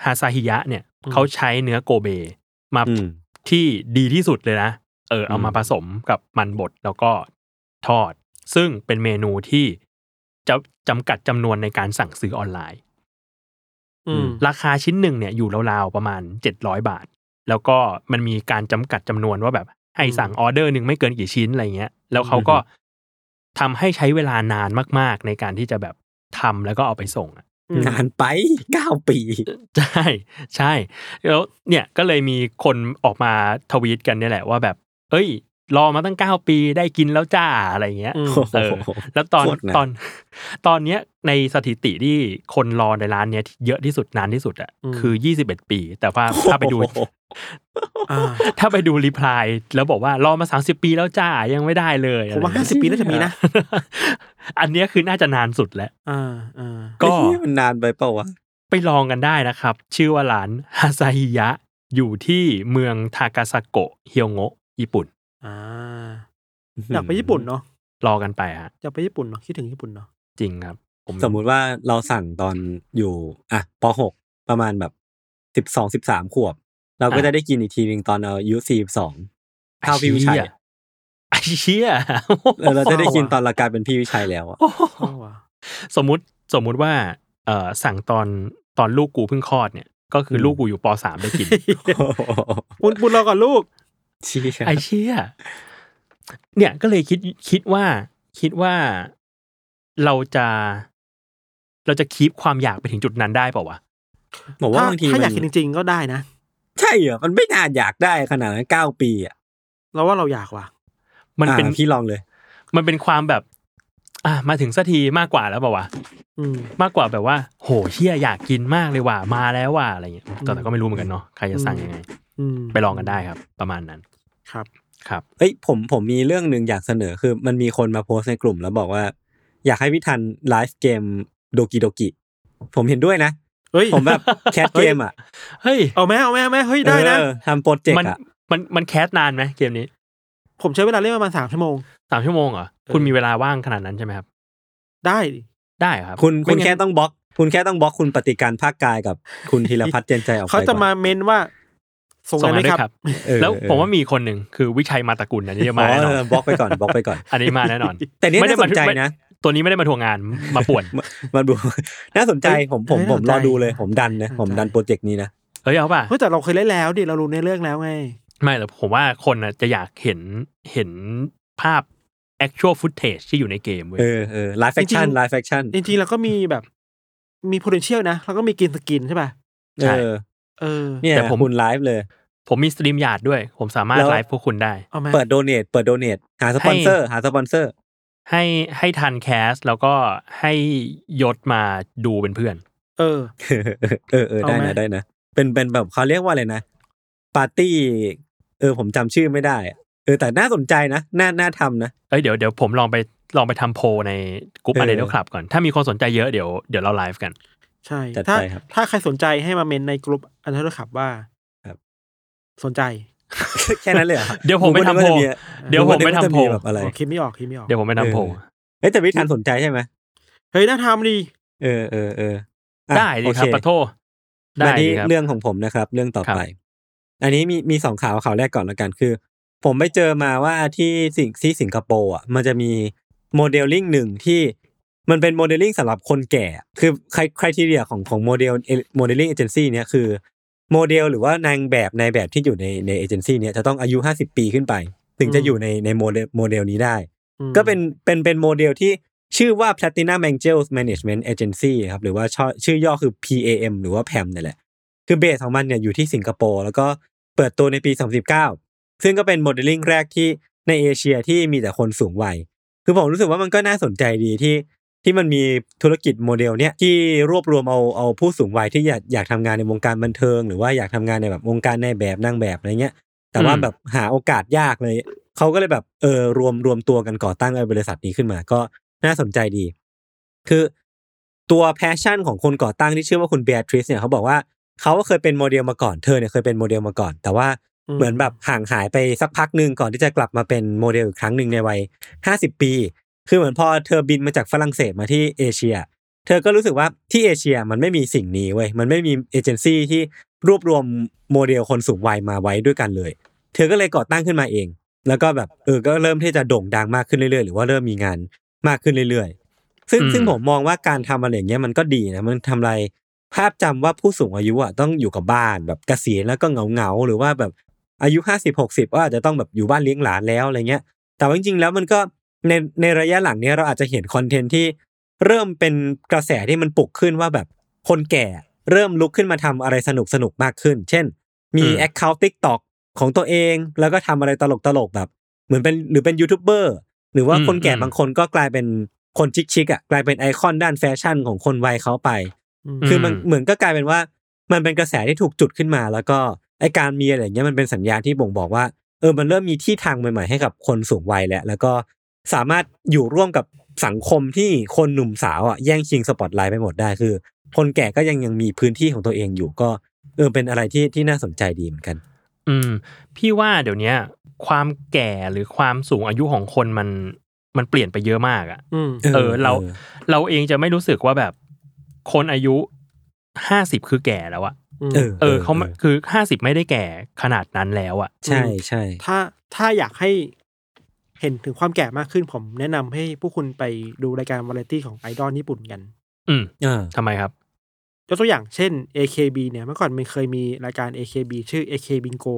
[SPEAKER 4] ฮาซาฮิยะเนี่ย
[SPEAKER 3] อืม
[SPEAKER 4] เขาใช้เนื้อโกเบมา
[SPEAKER 5] อืม
[SPEAKER 4] ที่ดีที่สุดเลยนะเออเอามา
[SPEAKER 5] อืม
[SPEAKER 4] ผสมกับมันบดแล้วก็ทอด ซึ่งเป็นเมนูที่จะจำกัดจำนวนในการสั่งซื้อออนไลน์
[SPEAKER 3] อืม
[SPEAKER 4] ราคาชิ้นหนึ่งเนี่ยอยู่ราวๆประมาณ 700 บาท แล้วก็มันมีการจำกัดจำนวนว่าแบบให้สั่งออเดอร์หนึ่งไม่เกินกี่ชิ้นอะไรเงี้ย แล้วเขาก็ทำให้ใช้เวลานานมากๆ ในการที่จะแบบทำแล้วก็เอาไปส่งอะ
[SPEAKER 3] อืม
[SPEAKER 5] นานไปเก้าปี
[SPEAKER 4] ใช่ใช่แล้วเนี่ยก็เลยมีคนออกมาทวีตกันเนี่ยแหละว่าแบบ เอ้ย รอมาตั้ง 9 ปีได้กินแล้วจ้าอะไรเงี้ย
[SPEAKER 3] อืม
[SPEAKER 4] เออแล้วตอน
[SPEAKER 5] โคตรนะ
[SPEAKER 4] ตอนตอนเนี้ยในสถิติที่คนรอในร้านเนี้ยที่เยอะที่สุดนานที่สุดอ่ะ
[SPEAKER 3] อืม
[SPEAKER 4] คือ 21 ปี แต่ว่าถ้าไปดู
[SPEAKER 5] โอ้โห
[SPEAKER 3] อ่า
[SPEAKER 4] ถ้าไปดูรีプライแล้วบอกว่ารอมา 30 ปีแล้วจ้ายังไม่ได้เลย
[SPEAKER 3] ผมว่า
[SPEAKER 4] อะไร
[SPEAKER 3] ห้า
[SPEAKER 4] เงี้ย
[SPEAKER 3] สิบปีน่าจะมีนะ
[SPEAKER 4] อันเนี้ยคือน่าจะนานสุดแล้ว
[SPEAKER 3] อ่าอ่า
[SPEAKER 4] ก็
[SPEAKER 5] ไอ้เหี้ยมันนานไปเปล่าวะ
[SPEAKER 4] ไปลองกันได้นะครับ ชื่อว่าร้านฮาซาฮิยะ อยู่ที่เมืองทากาซากะเฮียวโงะญี่ปุ่น
[SPEAKER 3] อ่าอยากไปญี่ปุ่นเนาะ
[SPEAKER 4] รอกันไปฮะ
[SPEAKER 3] อยากไปญี่ปุ่นเนาะคิดถึงญี่ปุ่นเนาะ
[SPEAKER 4] จริงครับ ผม
[SPEAKER 5] สมมุติว่าเราสั่งตอนอยู่อ่ะปหกประมาณแบบสิบสองสิบสามขวบ เราก็จะได้กินอีกทีหนึ่งตอนอายุสี่สองเท่าพี่วิชัยอะ
[SPEAKER 4] ไอ้เชี่ย
[SPEAKER 5] เออเราจะได้กินตอนเรากลายเป็นพี่วิชัยแล้วอะ
[SPEAKER 4] โอ้โห
[SPEAKER 3] เข้าว่ะ
[SPEAKER 4] สมมุติสมมุติว่าเอ่อสั่งตอนตอนลูกกูเพิ่งคลอดเนี่ย ก็คืออ
[SPEAKER 5] ม
[SPEAKER 4] ลูกกูอยู่ปสามได้กิน
[SPEAKER 3] บุญบุญเราก่อนลูก
[SPEAKER 5] เชี่ย
[SPEAKER 4] ไอ้เชี่ยเนี่ยก็เลยคิดคิดว่าคิดว่าเราจะ เราจะคีปความอยากไปถึงจุดนั้นได้เปล่าวะ
[SPEAKER 5] ผมว่า
[SPEAKER 3] ถ้า
[SPEAKER 5] บางที
[SPEAKER 3] ถ้าอยาก
[SPEAKER 5] มัน
[SPEAKER 3] กินจริงๆก็ได้นะ
[SPEAKER 5] ใช่เหรอมันไม่นานอยากได้ขนาดนั้นเก้าปีอ่ะ
[SPEAKER 3] เราว่าเราอยากว่ะ
[SPEAKER 4] มันเป็น
[SPEAKER 5] อ่ะพี่ลองเลย
[SPEAKER 4] มันเป็นความแบบ อ่ะมาถึงสักทีมากกว่าแล้วเปล่าวะ
[SPEAKER 3] อืม
[SPEAKER 4] มากกว่าแบบว่า โหเฮียอยากกินมากเลยว่ะมาแล้วว่ะอะไรเงี้ยแต่แต่ก็ไม่รู้เหมือนกันเนาะใครจะสั่งยังไง
[SPEAKER 3] อืม
[SPEAKER 4] ไปลองกันได้ครับ ประมาณนั้น
[SPEAKER 3] ครับ
[SPEAKER 4] ครับ
[SPEAKER 5] เอ้ยผมผมมีเรื่องหนึ่งอยากเสนอคือ มันมีคนมาโพสต์ในกลุ่มแล้วบอกว่า อยากให้พี่ทันไลฟ์เกมโดกิโดกิผมเห็นด้วยนะ
[SPEAKER 3] เฮ้ย
[SPEAKER 5] ผมแบบแคทเกมอ่ะ
[SPEAKER 4] เฮ้ย
[SPEAKER 3] เอาแม่เอาแม่เอาแม่เฮ้ยได้นะ
[SPEAKER 5] เออทำโปรเจก
[SPEAKER 4] มัน
[SPEAKER 5] ต์อ่ะ
[SPEAKER 4] มันมันแคสนานไหมเกมนี้
[SPEAKER 3] ผมใช้เวลาเล่นประมาณสามชั่วโมง
[SPEAKER 4] สามชั่วโมงเหรอคุณมีเวลาว่างขนาดนั้นใช่ไหมครับ
[SPEAKER 3] ได้
[SPEAKER 4] ได้ครับ
[SPEAKER 5] คุณ
[SPEAKER 4] ไม่
[SPEAKER 5] คุณ
[SPEAKER 4] งั้น
[SPEAKER 5] แค่ต้องบล็อก คุณแค่ต้องบล็อกคุณปฏิการภาคกายกับคุณธีรพัฒน์เจนใจออกไป
[SPEAKER 3] เขาจะมาเมนว่าส่ง
[SPEAKER 4] ส่ง
[SPEAKER 3] งาน
[SPEAKER 4] มา
[SPEAKER 3] ไหม
[SPEAKER 4] ด้วย
[SPEAKER 3] ครับ
[SPEAKER 4] ครับ
[SPEAKER 5] เออ
[SPEAKER 4] แล้ว
[SPEAKER 5] เออ
[SPEAKER 4] ผมว่ามีคนหนึ่งคือวิชัยมาตระกุล อันนี้จะมาแน่น
[SPEAKER 5] อ๋อ
[SPEAKER 4] อน
[SPEAKER 5] เออบล็อกไปก่อนบล็อกไปก่อน
[SPEAKER 4] อันนี้มาแน่นอน
[SPEAKER 5] แต่เนี่ย
[SPEAKER 4] ไม่ได้
[SPEAKER 5] น่าสนใจ
[SPEAKER 4] มา
[SPEAKER 5] นะ
[SPEAKER 4] ตัวนี้ไม่ได้มาทวงงานมาป่วน
[SPEAKER 5] มันดู น่าสนใจผมผม
[SPEAKER 3] เออ
[SPEAKER 5] ผมรอ
[SPEAKER 3] น่าสนใจ
[SPEAKER 5] ดูเลยผมดันนะ
[SPEAKER 3] น่าสนใจ
[SPEAKER 5] ผมดันโปรเจกต์นี้นะ
[SPEAKER 4] เฮ้ยเอาป่ะ
[SPEAKER 3] เฮ้ยแต่เราเคยเล่นแล้วดิเรารู้ในเรื่องแล้วไง
[SPEAKER 4] ไม่หรอกผมว่าคนน่ะจะอยากเห็นเห็นภาพ actual footage ที่อยู่ในเกมเว้ย
[SPEAKER 5] เออเออไลฟ์แฟคชั่น
[SPEAKER 3] จริงๆ
[SPEAKER 5] ไลฟ์แฟคชั่น
[SPEAKER 3] จริงๆเราก็มีแบบมี potential นะเราก็มีกินสกินใช่ป่ะ
[SPEAKER 5] เออ
[SPEAKER 3] เออ
[SPEAKER 5] เนี่ยผมคุณไลฟ์เลย
[SPEAKER 4] ผมมีสตรีมยาดด้วย ผมสามารถ
[SPEAKER 5] แล้ว
[SPEAKER 4] ไลฟ์พวกคุณได้
[SPEAKER 3] เอาไหม
[SPEAKER 5] เปิดโดเนทเปิดโดเนทหาสปอนเซอร์ หาสปอนเซอร์
[SPEAKER 4] ให้ให้ทันแคสแล้วก็ให้ยศมาดูเป็นเพื่อน
[SPEAKER 3] เออ
[SPEAKER 5] เออเออได้
[SPEAKER 3] เอาไหม
[SPEAKER 5] นะได้นะ เป็นเป็นแบบเขาเรียกว่าอะไรนะ ปาร์ตี้ เออผมจำชื่อไม่ได้อะเออแต่น่าสนใจนะ น่าน่าทำนะ
[SPEAKER 4] เอ้ยเดี๋ยวเดี๋ยวผมลองไปลองไปทำโพลในกลุ่ม
[SPEAKER 5] เออ
[SPEAKER 4] อันเดอร์คลับก่อน ถ้ามีคนสนใจเยอะเดี๋ยวเดี๋ยวเราไลฟ์กัน
[SPEAKER 3] ใช่
[SPEAKER 5] จัดไป
[SPEAKER 3] ถ้า
[SPEAKER 5] ครับ
[SPEAKER 3] ถ้าใครสนใจให้มาเมนในกลุ่มอันเทอร์ขับว่า
[SPEAKER 5] ครับ
[SPEAKER 3] สนใจ
[SPEAKER 5] แค่นั้นเลยหรอ
[SPEAKER 4] เดี๋ยวผมไปทำโพล
[SPEAKER 5] นึกาจะ
[SPEAKER 4] เดี๋ยวผมไปทำโพล
[SPEAKER 5] นึกว่าจะแบบอะไร
[SPEAKER 3] อ๋อคิดไม่ออกคิดไม่ออก
[SPEAKER 4] เดี๋ยวผมไปทำโพล
[SPEAKER 5] เออ เอ้ยแต่วิธันสนใจใช่ไหม
[SPEAKER 3] เฮ้ยน่าทำดี
[SPEAKER 5] เออเออเอออ่ะ
[SPEAKER 4] ได้ดี
[SPEAKER 5] โอเ
[SPEAKER 4] ครับปะโทได้
[SPEAKER 5] มา
[SPEAKER 4] ดี
[SPEAKER 5] ที่
[SPEAKER 4] ครับ
[SPEAKER 5] เรื่องของผมนะครับ เรื่องต่อไป อันนี้มีมีสองข่าวข่าวแรกก่อนละกันคือ ผมไปเจอมาว่าที่สิงที่สิงคโปร์อ่ะมันจะมีโมเดลลิ่งหนึ่งที่มันเป็นโมเดลลิ่งสำหรับคนแก่ คือใครใครที่เรียของของโมเดลโมเดลลิ่งเอเจนซี่เนี้ยคือโมเดลหรือว่านางแบบนายแบบที่อยู่ในในเอเจนซี่เนี้ยจะต้องอายุห้าสิบปีขึ้นไป ถึงจะอยู่ในในโมเดลโมเดลนี้ได้
[SPEAKER 3] อืม
[SPEAKER 5] ก็เป็นเป็นเป็นโมเดลที่ชื่อว่า Platinum Angels Management Agency ครับหรือว่าช่อชื่อย่อคือ PAM หรือว่า PAM นี่แหละ คือเบสของมันเนี่ยอยู่ที่สิงคโปร์แล้วก็เปิดตัวในปี 2019 ซึ่งก็เป็นโมเดลลิ่งแรกที่ในเอเชียที่มีแต่คนสูงวัย คือผมรู้สึกว่ามันก็น่าสนใจดีที่ที่มันมีธุรกิจโมเดลเนี้ยที่รวบรวมเอาเอาผู้สูงวัยที่อยากอยากทำงานในวงการบันเทิง หรือว่าอยากทำงานในแบบวงการในายแบบนางแบบอะไรเงี้ย แต่ว่า
[SPEAKER 4] อืม
[SPEAKER 5] แบบหาโอกาสยากเลย เขาก็เลยแบบเออรวมรวมตัวกันก่อตั้งไอ้บริษัทนี้ขึ้นมา ก็น่าสนใจดี คือตัวแพชชั่นของคนก่อตั้งที่ชื่อว่าคุณเบียทริสเนี่ยเขาบอกว่าเขาก็เคยเป็นโมเดลมาก่อนเธอเนี่ยเคยเป็นโมเดลมาก่อน แต่ว่าเหมือนแบบห่างหายไปสักพักหนึ่งก่อนที่จะกลับมาเป็นโมเดลอีกครั้งหนึ่งในวัยห้าสิบปี คือเหมือนพอเธอบินมาจากฝรั่งเศสมาที่เอเชีย เธอก็รู้สึกว่าที่เอเชียมันไม่มีสิ่งนี้เว้ยมันไม่มีเอเจนซี่ที่รวบรวมโมเดลคนสูงวัยมาไว้ด้วยกันเลย เธอก็เลยก่อตั้งขึ้นมาเอง แล้วก็แบบเออ ก็เริ่มที่จะโด่งดังมากขึ้นเรื่อยๆ หรือว่าเริ่มมีงานมากขึ้นเรื่อยๆ ซึ่ง
[SPEAKER 4] อืม
[SPEAKER 5] ซึ่งผมมองว่าการทำอะไรอย่างเงี้ยมันก็ดีนะ มันทำอะไรภาพจำว่าผู้สูงอายุอ่ะต้องอยู่กับบ้านแบบเกษียณแล้วก็เหงาๆ หรือว่าแบบอายุห้าสิบหกสิบก็อาจจะต้องแบบอยู่บ้านเลี้ยงหลานแล้วอะไรเงี้ย แต่ว่าจริงๆ แล้วมันก็ในในระยะหลังเนี้ยเราอาจจะเห็นคอนเทนต์ที่เริ่มเป็นกระแสที่มันปลุกขึ้นว่าแบบคนแก่เริ่มลุกขึ้นมาทำอะไรสนุกสนุกๆมากขึ้น เช่น มี
[SPEAKER 4] อืม
[SPEAKER 5] Account TikTok ของตัวเองแล้วก็ทำอะไรตลกๆ แบบ เหมือนเป็นหรือเป็นยูทูบเบอร์หรือว่า
[SPEAKER 4] อืม
[SPEAKER 5] คนแก่
[SPEAKER 4] อืม
[SPEAKER 5] บางคนก็กลายเป็นคนชิคๆอ่ะกลายเป็นไอคอนด้านแฟชั่นของคนวัยเขาไป
[SPEAKER 4] อืม
[SPEAKER 5] คือมันเหมือนก็กลายเป็นว่ามันเป็นกระแสที่ถูกจุดขึ้นมา แล้วก็ไอการมีอะไรอย่างเงี้ยมันเป็นสัญญาณที่บ่งบอกว่าเออมันเริ่มมีที่ทางใหม่ๆให้กับคนสูงวัยแล้วแล้วก็สามารถอยู่ร่วมกับสังคมที่คนหนุ่มสาวอ่ะแย่งชิงสปอตไลท์ไปหมดได้คือ คนแก่ก็ยังยังมีพื้นที่ของตัวเองอยู่ก็เออเป็นอะไรที่ที่น่าสนใจดีเหมือนกัน
[SPEAKER 4] อืม พี่ว่าเดี๋ยวเนี้ย ความแก่หรือความสูงอายุของคนมันมันเปลี่ยนไปเยอะมากอะ
[SPEAKER 3] อืม
[SPEAKER 4] เออเรา เราเองจะไม่รู้สึกว่าแบบคนอายุห้าสิบคือแก่แล้วอะ
[SPEAKER 3] อืม
[SPEAKER 5] เออ
[SPEAKER 4] เออเขาไม่คือห้าสิบไม่ได้แก่ขนาดนั้นแล้วอะ
[SPEAKER 5] ใช่ใช่
[SPEAKER 3] ถ้าถ้าอยากให้เห็นถึงความแก่มากขึ้นผมแนะนำให้ผู้คุณไปดูรายการวาไรตี้ของไอดอลญี่ปุ่นกัน
[SPEAKER 4] อืม
[SPEAKER 5] อ่า
[SPEAKER 4] ทำไมครับ
[SPEAKER 3] ยกตัวอย่างเช่น AKB เนี่ยเมื่อก่อนมันเคยมีรายการ AKB ชื่อ AK Bingo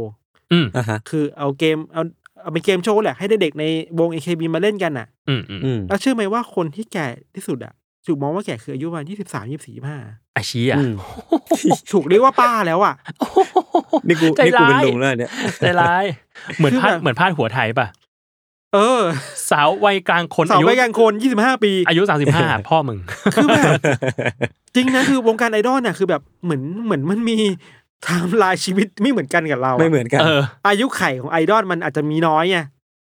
[SPEAKER 4] อืม
[SPEAKER 5] อ่าฮะ
[SPEAKER 3] คือเอาเกมเอาเอาเป็นเกมโชว์แหละให้เด็กๆในวง AKB มาเล่นกันอ่ะ
[SPEAKER 4] อืมอืม
[SPEAKER 5] อืม
[SPEAKER 3] แล้วเชื่อไหมว่าคนที่แก่ที่สุดอ่ะถูกมองว่าแก่คืออายุประมาณยี่สิบสามยี่สี่ห้า
[SPEAKER 4] อาชีอะ
[SPEAKER 5] อืม
[SPEAKER 3] ถูกเรียกว่าป้าแล้วอ่ะ
[SPEAKER 5] นี่กู
[SPEAKER 4] ใจ
[SPEAKER 5] นี่กูเป็น
[SPEAKER 4] ร้าย
[SPEAKER 5] ลุงแล้วเนี่ย
[SPEAKER 4] ใจร้าย เหมือนพาด
[SPEAKER 3] คือแบบ
[SPEAKER 4] เหมือนพาดหัวไทยป่ะ
[SPEAKER 3] เออ
[SPEAKER 4] สาววัยกลางคน
[SPEAKER 3] สาว
[SPEAKER 4] อายุ
[SPEAKER 3] วัยกลางคนยี่สิบห้าปี
[SPEAKER 4] อายุสามสิบห้าพ่อมึง
[SPEAKER 3] คือแบบจริงนะคือวงการไอดอลน่ะคือแบบเหมือนเหมือนมันมีไทม์ไลน์ชีวิตไม่เหมือนกันกับเราะ
[SPEAKER 5] ไม่เหมือนกัน
[SPEAKER 4] เออ
[SPEAKER 3] อายุไขของไอดอลมันอาจจะมีน้อยไง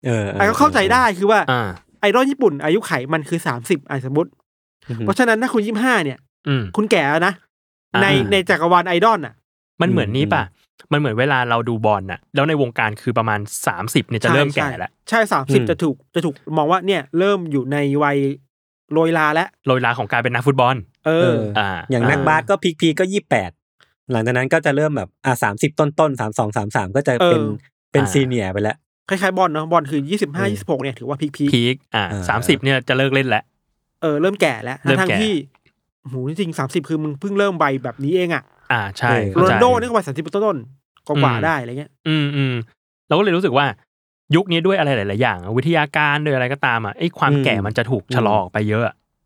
[SPEAKER 5] เออ
[SPEAKER 3] ไอ้ก็เข้าใจได้คือว่า
[SPEAKER 4] อ่า
[SPEAKER 3] ไอดอลญี่ปุ่น อายุไขมันคือสามสิบไอะสมมติ
[SPEAKER 5] อือฮึ
[SPEAKER 3] เพราะฉะนั้นถ้าคุณยี่สิบห้าเนี่ย
[SPEAKER 4] อืม
[SPEAKER 3] คุณแก่แล้วนะ ใน
[SPEAKER 4] อ่า
[SPEAKER 3] ในจักรวาลไอดอลน่ะ
[SPEAKER 4] มันเหมือนนี้ป่ะ มันเหมือนเวลาเราดูบอลน่ะ แล้วในวงการคือประมาณ 30เนี่ยจะเริ่ม
[SPEAKER 3] ใช่
[SPEAKER 4] แก่แล้ว
[SPEAKER 3] ใช่สาม
[SPEAKER 5] อื
[SPEAKER 3] สิบ
[SPEAKER 5] ม
[SPEAKER 3] จะถูกจะถูกมองว่าเนี่ย เริ่มอยู่ในวัยโรยลาแล้ว
[SPEAKER 4] โรยลาของการเป็นนักฟุตบอล
[SPEAKER 3] เอ
[SPEAKER 5] เอ
[SPEAKER 3] อ
[SPEAKER 5] ออ
[SPEAKER 4] อ่า
[SPEAKER 5] อย่างนักบาสก็พีคพีก็ยี่แปดหลังจากนั้นก็จะเริ่มแบบอ่ะสามสิบต้นต้นสามสองสามสามก็จะเป็น
[SPEAKER 3] เออ
[SPEAKER 5] เป็น
[SPEAKER 4] อ่า
[SPEAKER 5] ซีเนียไปแล้ว
[SPEAKER 3] คล้ายๆบอลเนาะบอลคือยี่สิบห้า
[SPEAKER 5] อืม
[SPEAKER 3] ยี่สิบหกเนี่ยถือว่าพีคพี
[SPEAKER 4] พีคอ่า
[SPEAKER 5] อ่า
[SPEAKER 4] สามสิบเนี่ยจะเลิกเล่นแล้ว
[SPEAKER 3] เออเริ่มแก่แล้ว
[SPEAKER 4] เริ่ม
[SPEAKER 3] ทั้ง
[SPEAKER 4] แก่
[SPEAKER 3] ๆที่โอ้โหจริงสามสิบคือมึงเพิ่งเริ่มใบแบบนี้เองอะ
[SPEAKER 4] อ่าใช่
[SPEAKER 5] เออ
[SPEAKER 3] โร
[SPEAKER 4] เข้า
[SPEAKER 3] นั
[SPEAKER 4] ใจ
[SPEAKER 3] ลโดนี่ก็วัยสามสิบต้นๆกว่า
[SPEAKER 4] อืม
[SPEAKER 3] ๆได้อะไรเงี้ย
[SPEAKER 4] อืมอืมเราก็เลยรู้สึกว่า ยุคนี้ด้วยอะไรหลาย ๆ อย่าง วิทยาการด้วยอะไรก็ตามอ่ะไอ้ความ
[SPEAKER 5] อืม
[SPEAKER 4] แก่มันจะถูกชะลอออกไปเยอะ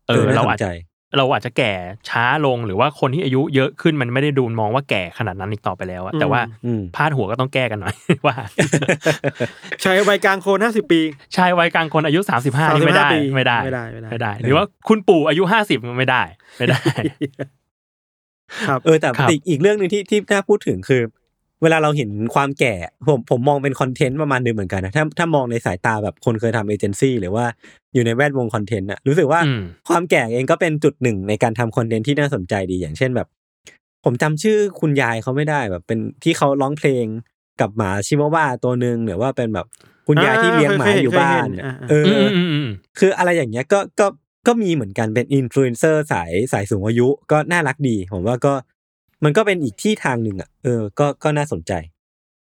[SPEAKER 4] เออ
[SPEAKER 5] น่
[SPEAKER 4] เรา
[SPEAKER 5] ส
[SPEAKER 4] อาจ
[SPEAKER 5] นใจ
[SPEAKER 4] เราอาจจะแก่ช้าลงหรือว่าคนที่อายุเยอะขึ้นมันไม่ได้ดูมองว่าแก่ขนาดนั้นอีกต่อไปแล้วอะ
[SPEAKER 3] อืม
[SPEAKER 4] แต่ว่า
[SPEAKER 5] อื ม
[SPEAKER 4] พาดหัวก็ต้องแก้กันหน่อย ว่า
[SPEAKER 3] ใช้วัยกลางคนห้าสิบปี
[SPEAKER 4] ชายวัยกลางคนอายุ 35นี่ไม่ได้
[SPEAKER 3] 35ปี
[SPEAKER 4] ไม่ได้
[SPEAKER 3] ไม่ได้ไม่ได้
[SPEAKER 4] ไม่ได้ หรือว่าคุณปู่อายุ 50มันไม่ได้ ไม่ได้
[SPEAKER 3] ครับ
[SPEAKER 5] เออแต่
[SPEAKER 4] ครับ
[SPEAKER 5] อีกอีกเรื่องหนึ่งที่ที่น่าพูดถึงคือ เวลาเราเห็นความแก่ผมผมมองเป็นคอนเทนต์ประมาณหนึงเหมือนกันนะถ้าถ้ามองในสายตาแบบคนเคยทำเอเจนซี่หรือว่าอยู่ในแวดวงคอนเทนต์อะรู้สึกว่า
[SPEAKER 4] อืม
[SPEAKER 5] ความแก่เองก็เป็นจุดหนึ่งในการทำคอนเทนต์ที่น่าสนใจดีอย่างเช่นแบบ ผมจำชื่อคุณยายเขาไม่ได้แบบเป็นที่เขาร้องเพลงกับหมาชิวาว่าตัวหนึ่งหรือว่าเป็นแบบคุณยายที่เลี้ยงหมาอยู่บ้านอะเออ
[SPEAKER 4] อืมอืมอืม
[SPEAKER 5] คืออะไรอย่างเงี้ยก็ก็ก็มีเหมือนกันเป็นอินฟลูเอนเซอร์สายสายสูงอายุก็น่ารักดี ผมว่าก็มันก็เป็นอีกที่ทางหนึ่งอ่ะเออก็ก็น่าสนใจ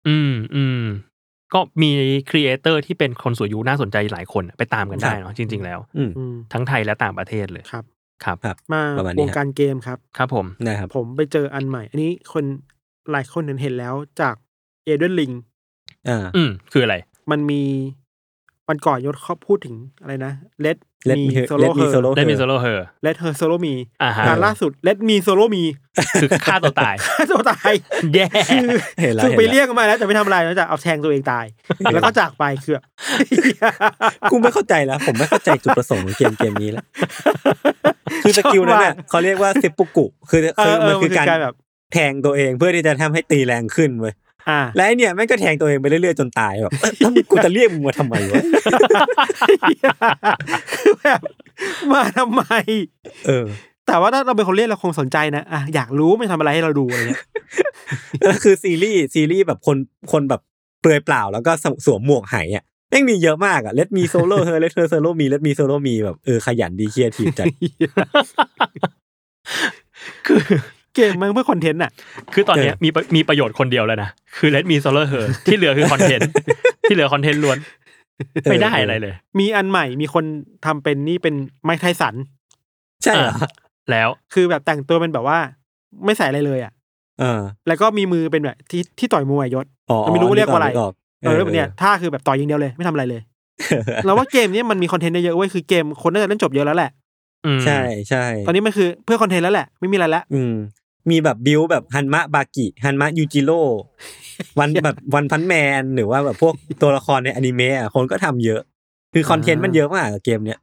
[SPEAKER 4] อืมอืมก็มีครีเอเตอร์ที่เป็นคนสูงอายุน่าสนใจหลายคนไปตามกันได้
[SPEAKER 5] ครับ
[SPEAKER 4] เนาะจริง ๆ แล้ว
[SPEAKER 5] อืม
[SPEAKER 3] อืม
[SPEAKER 4] ทั้งไทยและต่างประเทศเลย
[SPEAKER 3] ครับ
[SPEAKER 4] ครับ
[SPEAKER 3] มา
[SPEAKER 5] ประมาณนี้
[SPEAKER 3] วง
[SPEAKER 5] ครับ
[SPEAKER 3] การเกมครับ
[SPEAKER 4] ครับผม
[SPEAKER 5] นะครับ
[SPEAKER 3] ผมไปเจออันใหม่ อันนี้คนหลายคนเห็นเห็นแล้วจากเอเดนลิง
[SPEAKER 5] อ่า
[SPEAKER 4] อืมคืออะไร
[SPEAKER 3] มันมีวันก่อนยศเขาพูดถึงอะไรนะเลด
[SPEAKER 5] Let
[SPEAKER 3] มี
[SPEAKER 5] Me Her-
[SPEAKER 3] โซโล่
[SPEAKER 5] Let
[SPEAKER 3] เฮ
[SPEAKER 5] Me
[SPEAKER 3] อ
[SPEAKER 5] Solo
[SPEAKER 3] ร์
[SPEAKER 4] ได้มีโซโล่เฮอร์
[SPEAKER 3] เลดเฮอร์โซโลมี
[SPEAKER 4] อ่าฮะ
[SPEAKER 3] งานล่าสุดเลดมีโซโล มี
[SPEAKER 4] คือฆ่าตัวตาย
[SPEAKER 3] ฆ่าตัวตาย
[SPEAKER 4] แย่
[SPEAKER 3] คือ
[SPEAKER 5] เห็นแล้ว
[SPEAKER 3] คือไป
[SPEAKER 5] เห็นแล้ว
[SPEAKER 3] เรียกมาแล้วแต่ไม่ทำอะไรนอกจากเอาแทงตัวเองตาย แล้วก็จากไปคือแบบ
[SPEAKER 5] กูไม่เข้าใจแล้ว ผมไม่เข้าใจจุดประสงค์ของเกมเกมนี้แล้วคือสกิลนั้นน่ะ
[SPEAKER 3] ว่า
[SPEAKER 5] เขาเรียกว่าเซปปุกุคือ
[SPEAKER 3] เอ
[SPEAKER 5] คือ
[SPEAKER 3] อเอ
[SPEAKER 5] มัน
[SPEAKER 3] อ
[SPEAKER 5] คือการ
[SPEAKER 3] แบบ
[SPEAKER 5] แทงตัวเองเพื่อที่จะทำให้ตีแรงขึ้นเว้ย
[SPEAKER 3] อ่า
[SPEAKER 5] และไอ้เนี่ยแม่งก็แทงตัวเองไปเรื่อยๆจนตายแบบเอ้ยแล้วมึงกูจะเรียกมึงมาทำไมวะ
[SPEAKER 3] คือ แบบมาทำไม
[SPEAKER 5] เออ
[SPEAKER 3] แต่ว่าถ้าเราเป็นคนเรียนเราคงสนใจนะอ่ะอยากรู้ไม่ทำอะไรให้เราดูอะไรเงี้ย
[SPEAKER 5] แล้วคือซีรีส์ซีรีส์แบบคนคนแบบเปลือยเปล่าแล้วก็สวมสวมหมวกไหายอ่ะแม่งมีเยอะมากอ่ะเล t มีโซโล่เฮอเล t เธอโซโล่มีเล t มีโซโล่มีแบบเออขยันดีเครียทีฟจัด
[SPEAKER 4] คือ
[SPEAKER 3] เกมมันเพื่อคอนเทนต์อ่ะ
[SPEAKER 4] คือตอนเนี้ย
[SPEAKER 5] เออ
[SPEAKER 4] มีประมีประโยชน์คนเดียวแล้วนะ คือเลดมีโซโล่เฮอร์ที่เหลือคือคอนเทนต์ ที่เหลือคอนเทนต์ล้วน ไม่ได้อะไรเลย
[SPEAKER 3] มีอันใหม่มีคนทำเป็นนี่เป็นไมค์ไทสัน
[SPEAKER 5] ใช่เหรอ
[SPEAKER 4] แล้ว
[SPEAKER 3] คือแบบแต่งตัวเป็นแบบว่า ไม่ใส่อะไรเลยอ่ะ
[SPEAKER 5] เออ
[SPEAKER 3] แล้วก็มีมือเป็นแบบที่ที่ต่อยมวยอะยศ
[SPEAKER 5] อ๋อ
[SPEAKER 3] เราไม่รู้เรียกว่าอะไร
[SPEAKER 5] นึกออก
[SPEAKER 3] เออแล้วเนี่ยท่าคือแบบต่อยอย่างเดียวเลยไม่ทำอะไรเลย เราว่าเกมเนี้ยมันมีคอนเทนต์เยอะๆเว้ยคือเกมคนน่าจะเล่นจบเยอะแล้วแหละ
[SPEAKER 4] อืม
[SPEAKER 5] ใช่ใช่
[SPEAKER 3] ตอนนี้มันคือเพื่อคอนเทนต์แล้วแหละไม่มีอะไรแล้ว
[SPEAKER 5] อืมมีแบบบิวแบบฮันมะบากิฮันมะยูจิโร่ วันแบบวันพันแมนหรือว่าแบบพวกตัวละครในอนิเมะอะคนก็ทำเยอะ คือคอนเทนต์มันเยอะมากอะเกมเนี้ย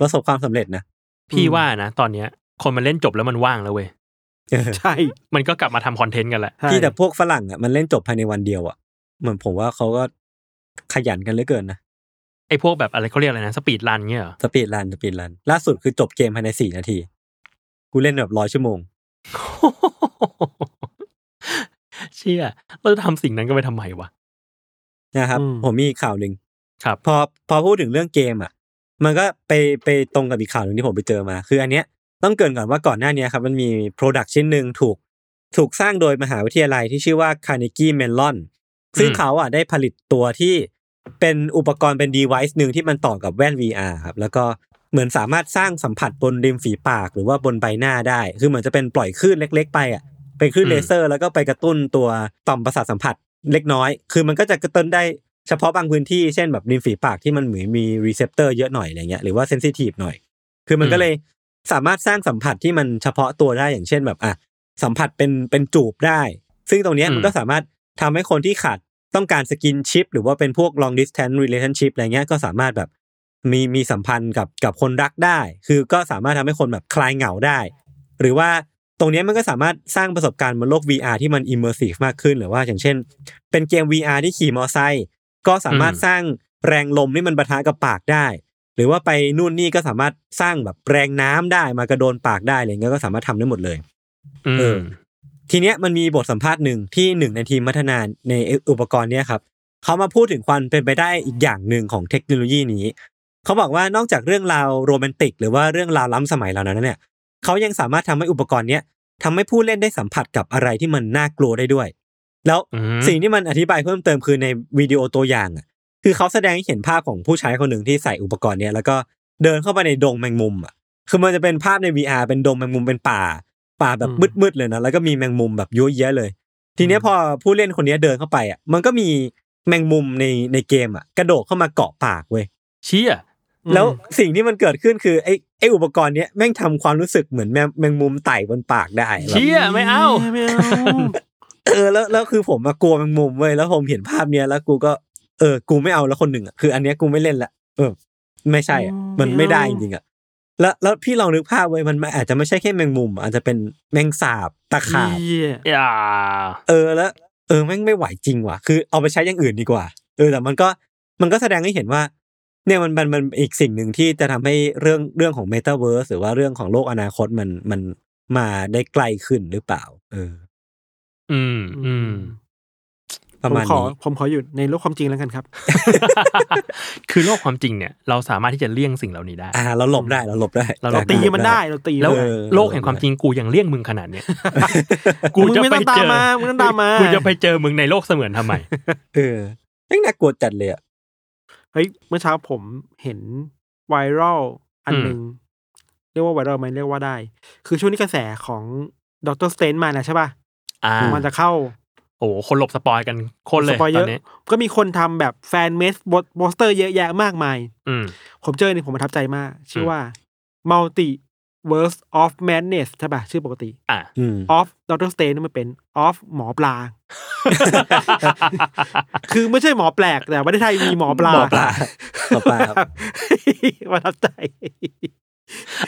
[SPEAKER 5] ประสบความสำเร็จนะ
[SPEAKER 4] พี่ว่านะตอนเนี้ย คนมันเล่นจบแล้วมันว่างแล้วเว้ย
[SPEAKER 5] เออ
[SPEAKER 3] ใช่
[SPEAKER 4] มันก็กลับมาทำคอนเทนต์กันแหละ
[SPEAKER 3] ใช่
[SPEAKER 5] ที่แต่พวกฝรั่งอ่ะมันเล่นจบภายในวันเดียวอ่ะเหมือนผมว่าเขาก็ขยันกันเหลือเกินนะ
[SPEAKER 4] ไอ้พวกแบบอะไรเขาเรียกอะไรนะสปีดรันเงี้ยเหรอ
[SPEAKER 5] สปีดรันสปีดรัน ล่าสุดคือจบเกมภายในสี่นาที กูเล่นแบบร้อยชั่วโมง
[SPEAKER 4] เชื่อเราจะทำสิ่งนั้นก็ไปทำไมวะ
[SPEAKER 5] นะครับ
[SPEAKER 3] อืม
[SPEAKER 5] ผมมีอีกข่าวหนึ่ง
[SPEAKER 4] ครับ
[SPEAKER 5] พอพอพูดถึงเรื่องเกมอ่ะ มันก็ไปไปตรงกับอีกข่าวหนึ่งที่ผมไปเจอมา คืออันเนี้ยต้องเกรินก่อนว่าก่อนหน้าเนี้ยครับ มันมีโปรดักชิ้นหนึ่งถูกถูกสร้างโดยมหาวิทยาลัยที่ชื่อว่า Carnegie Mellon ซึ่ง
[SPEAKER 4] อืม
[SPEAKER 5] เขาอ่ะได้ผลิตตัวที่เป็นอุปกรณ์เป็น device หนึ่งที่มันต่อกับแว่น VR ครับ แล้วก็เหมือนสามารถสร้างสัมผัสบนริมฝีปาก หรือว่าบนใบหน้าได้ คือเหมือนจะเป็นปล่อยคลื่นเล็ก ๆ ไปอ่ะ เป็นคลื่น
[SPEAKER 4] อืม
[SPEAKER 5] เลเซอร์แล้วก็ไปกระตุ้นตัวต่อมประสาทสัมผัสเล็กน้อย คือมันก็จะกระตุ้นได้เฉพาะบางพื้นที่ เช่นแบบริมฝีปากที่มันเหมือนมีรีเซพเตอร์เยอะหน่อยอะไรเงี้ย หรือว่าเซนซิทีฟหน่อย คือมันก็เลยสามารถสร้างสัมผัสที่มันเฉพาะตัวได้อย่างเช่นแบบอ่ะสัมผัสเป็นเป็นจูบได้ ซึ่งตรงเนี้ย
[SPEAKER 4] อืม
[SPEAKER 5] มันก็สามารถทำให้คนที่ขาดต้องการสกินชิป หรือว่าเป็นพวก long distance relationship อะไรเงี้ยก็สามารถแบบมีมีสัมพันธ์กับกับคนรักได้ คือก็สามารถทำให้คนแบบคลายเหงาได้ หรือว่าตรงเนี้ยมันก็สามารถสร้างประสบการณ์บนโลก VR ที่มัน immersive มากขึ้น หรือว่าอย่างเช่น เป็นเกม VR ที่ขี่มอไซค์ก็สามารถ
[SPEAKER 4] อืม
[SPEAKER 5] สร้างแรงลมที่มันปะทะกับปากได้ หรือว่าไปนู่นนี่ก็สามารถสร้างแบบแรงน้ำได้มากระโดนปากได้อะไรเงี้ยก็สามารถทำได้หมดเลย
[SPEAKER 4] อืม
[SPEAKER 5] เออ ทีเนี้ยมันมีบทสัมภาษณ์หนึ่งที่หนึ่งในทีมพัฒนาในอุปกรณ์เนี้ยครับเขามาพูดถึงความเป็นไปได้อีกอย่างหนึ่งของเทคโนโลยีนี้ เขาบอกว่านอกจากเรื่องราวโรแมนติก หรือว่าเรื่องราวล้ำสมัยเหล่านั้นเนี่ยเขายังสามารถทำให้อุปกรณ์เนี้ยทำให้ผู้เล่นได้สัมผัสกับอะไรที่มันน่ากลัวได้ด้วย แล้ว
[SPEAKER 4] อืม
[SPEAKER 5] สิ่งที่มันอธิบายเพิ่มเติมคือในวิดีโอตัวอย่างอะ คือเขาแสดงให้เห็นภาพของผู้ใช้คนหนึ่งที่ใส่อุปกรณ์เนี้ยแล้วก็เดินเข้าไปในดงแมงมุมอ่ะ คือมันจะเป็นภาพใน VR เป็นดงแมงมุมเป็นป่า ป่าแบบ
[SPEAKER 3] อืม
[SPEAKER 5] มืดๆเลยนะแล้วก็มีแมงมุมแบบเยอะแยะเลย ทีเนี้ยพอผู้เล่นคนเนี้ยเดินเข้าไปอ่ะ มันก็มีแมงมุมในในเกมอ่ะกระโดดเข้ามาเกาะปากเว้ย
[SPEAKER 4] เชี่ย
[SPEAKER 3] อืม
[SPEAKER 5] แล้วสิ่งที่มันเกิดขึ้นคือไอ้ไอ้อุปกรณ์เนี้ยแม่งทำความรู้สึกเหมือนแมงแมงมุมไต่บนปากได้แบบ
[SPEAKER 4] เชี่ยไม่เอา
[SPEAKER 3] ไม่เอา
[SPEAKER 5] เออแล้วแล้วคือผมมากลัวแมงมุมเว้ยแล้วผมเห็นภาพเนี้ยแล้วกูก็เออกูไม่เอาแล้วคนหนึ่งอ่ะคือ อันเนี้ยกูไม่เล่นละเออ ไม่ใช่อ่ะมันไม่ได้จริงๆอ่ะแล้วแล้วพี่ลองนึกภาพเว้ยมันอาจจะไม่ใช่แค่แมงมุม อาจจะเป็นแมงสาบตะขาบ
[SPEAKER 3] เหี้ย
[SPEAKER 4] อย่า
[SPEAKER 5] เออแล้วเออแม่งไม่ไหวจริงว่ะคือเอาไปใช้อย่างอื่นดีกว่าเออแต่มันก็มันก็แสดงให้เห็นว่า เนี่ยมันมันมันอีกสิ่งหนึ่งที่จะทำให้เรื่องเรื่องของเมตาเวิร์สหรือว่าเรื่องของโลกอนาคตมันมันมาได้ไกลขึ้นหรือเปล่า เออ
[SPEAKER 4] อืมอืม
[SPEAKER 5] ประมาณ
[SPEAKER 3] ผมขอ
[SPEAKER 5] นี้
[SPEAKER 3] ผมขออยู่ในโลกความจริงแล้วกันครับ
[SPEAKER 4] คือโลกความจริงเนี่ย เราสามารถที่จะเลี่ยงสิ่งเหล่านี้ได้
[SPEAKER 5] อ่าเราหลบได้เราหลบได้
[SPEAKER 4] เราหล
[SPEAKER 3] เรา
[SPEAKER 4] บ
[SPEAKER 3] ตีมันได้เราตี
[SPEAKER 4] แล้ว
[SPEAKER 3] มันได้
[SPEAKER 4] โลกแห่งความจริงกูยังเลี่ยงมึงขนาด เนี้ยกูจะ
[SPEAKER 3] มึงไม่
[SPEAKER 4] ไป
[SPEAKER 3] ต้องตา
[SPEAKER 4] เจ
[SPEAKER 3] ม
[SPEAKER 4] อ
[SPEAKER 3] มามึงต้องตามมากู
[SPEAKER 4] จะไปเจอมึงในโลกเสมือนทำไม
[SPEAKER 5] เออแม่งน่ากลัวจัดเลยอ่ะ
[SPEAKER 3] เฮ้ยเมื่อเช้าผมเห็นไวรัลอัน
[SPEAKER 4] อืม
[SPEAKER 3] หนึ่งเรียกว่าไวรัลไหมเรียกว่าได้ คือช่วงนี้กระแสของดรสเตนมานะใช่ป่ะ
[SPEAKER 4] อ่า
[SPEAKER 3] มันจะเข้า
[SPEAKER 4] โอ้โหคนหลบสปอยกันโคนเลย
[SPEAKER 3] สปอย
[SPEAKER 4] ต
[SPEAKER 3] เย
[SPEAKER 4] อ
[SPEAKER 3] อะ
[SPEAKER 4] นนี้
[SPEAKER 3] ก็มีคนทำแบบแฟนเมสโปสเตอร์เยอะแยะมากมาย
[SPEAKER 4] อืม
[SPEAKER 3] ผมเจอเนี่ยผมประทับใจมาก ชื่อว่า Multi Verse of Madness ใช่ป่ะ ชื่อปกติ
[SPEAKER 4] อ่ะ
[SPEAKER 5] อืม
[SPEAKER 3] of Dr. Strange นี่มันเป็น of หมอปลา คือไม่ใช่หมอแปลกแต่ประเทศไทยมีหมอปลา
[SPEAKER 5] หมอปลาหมอปลา ครับ
[SPEAKER 3] ประทับใจ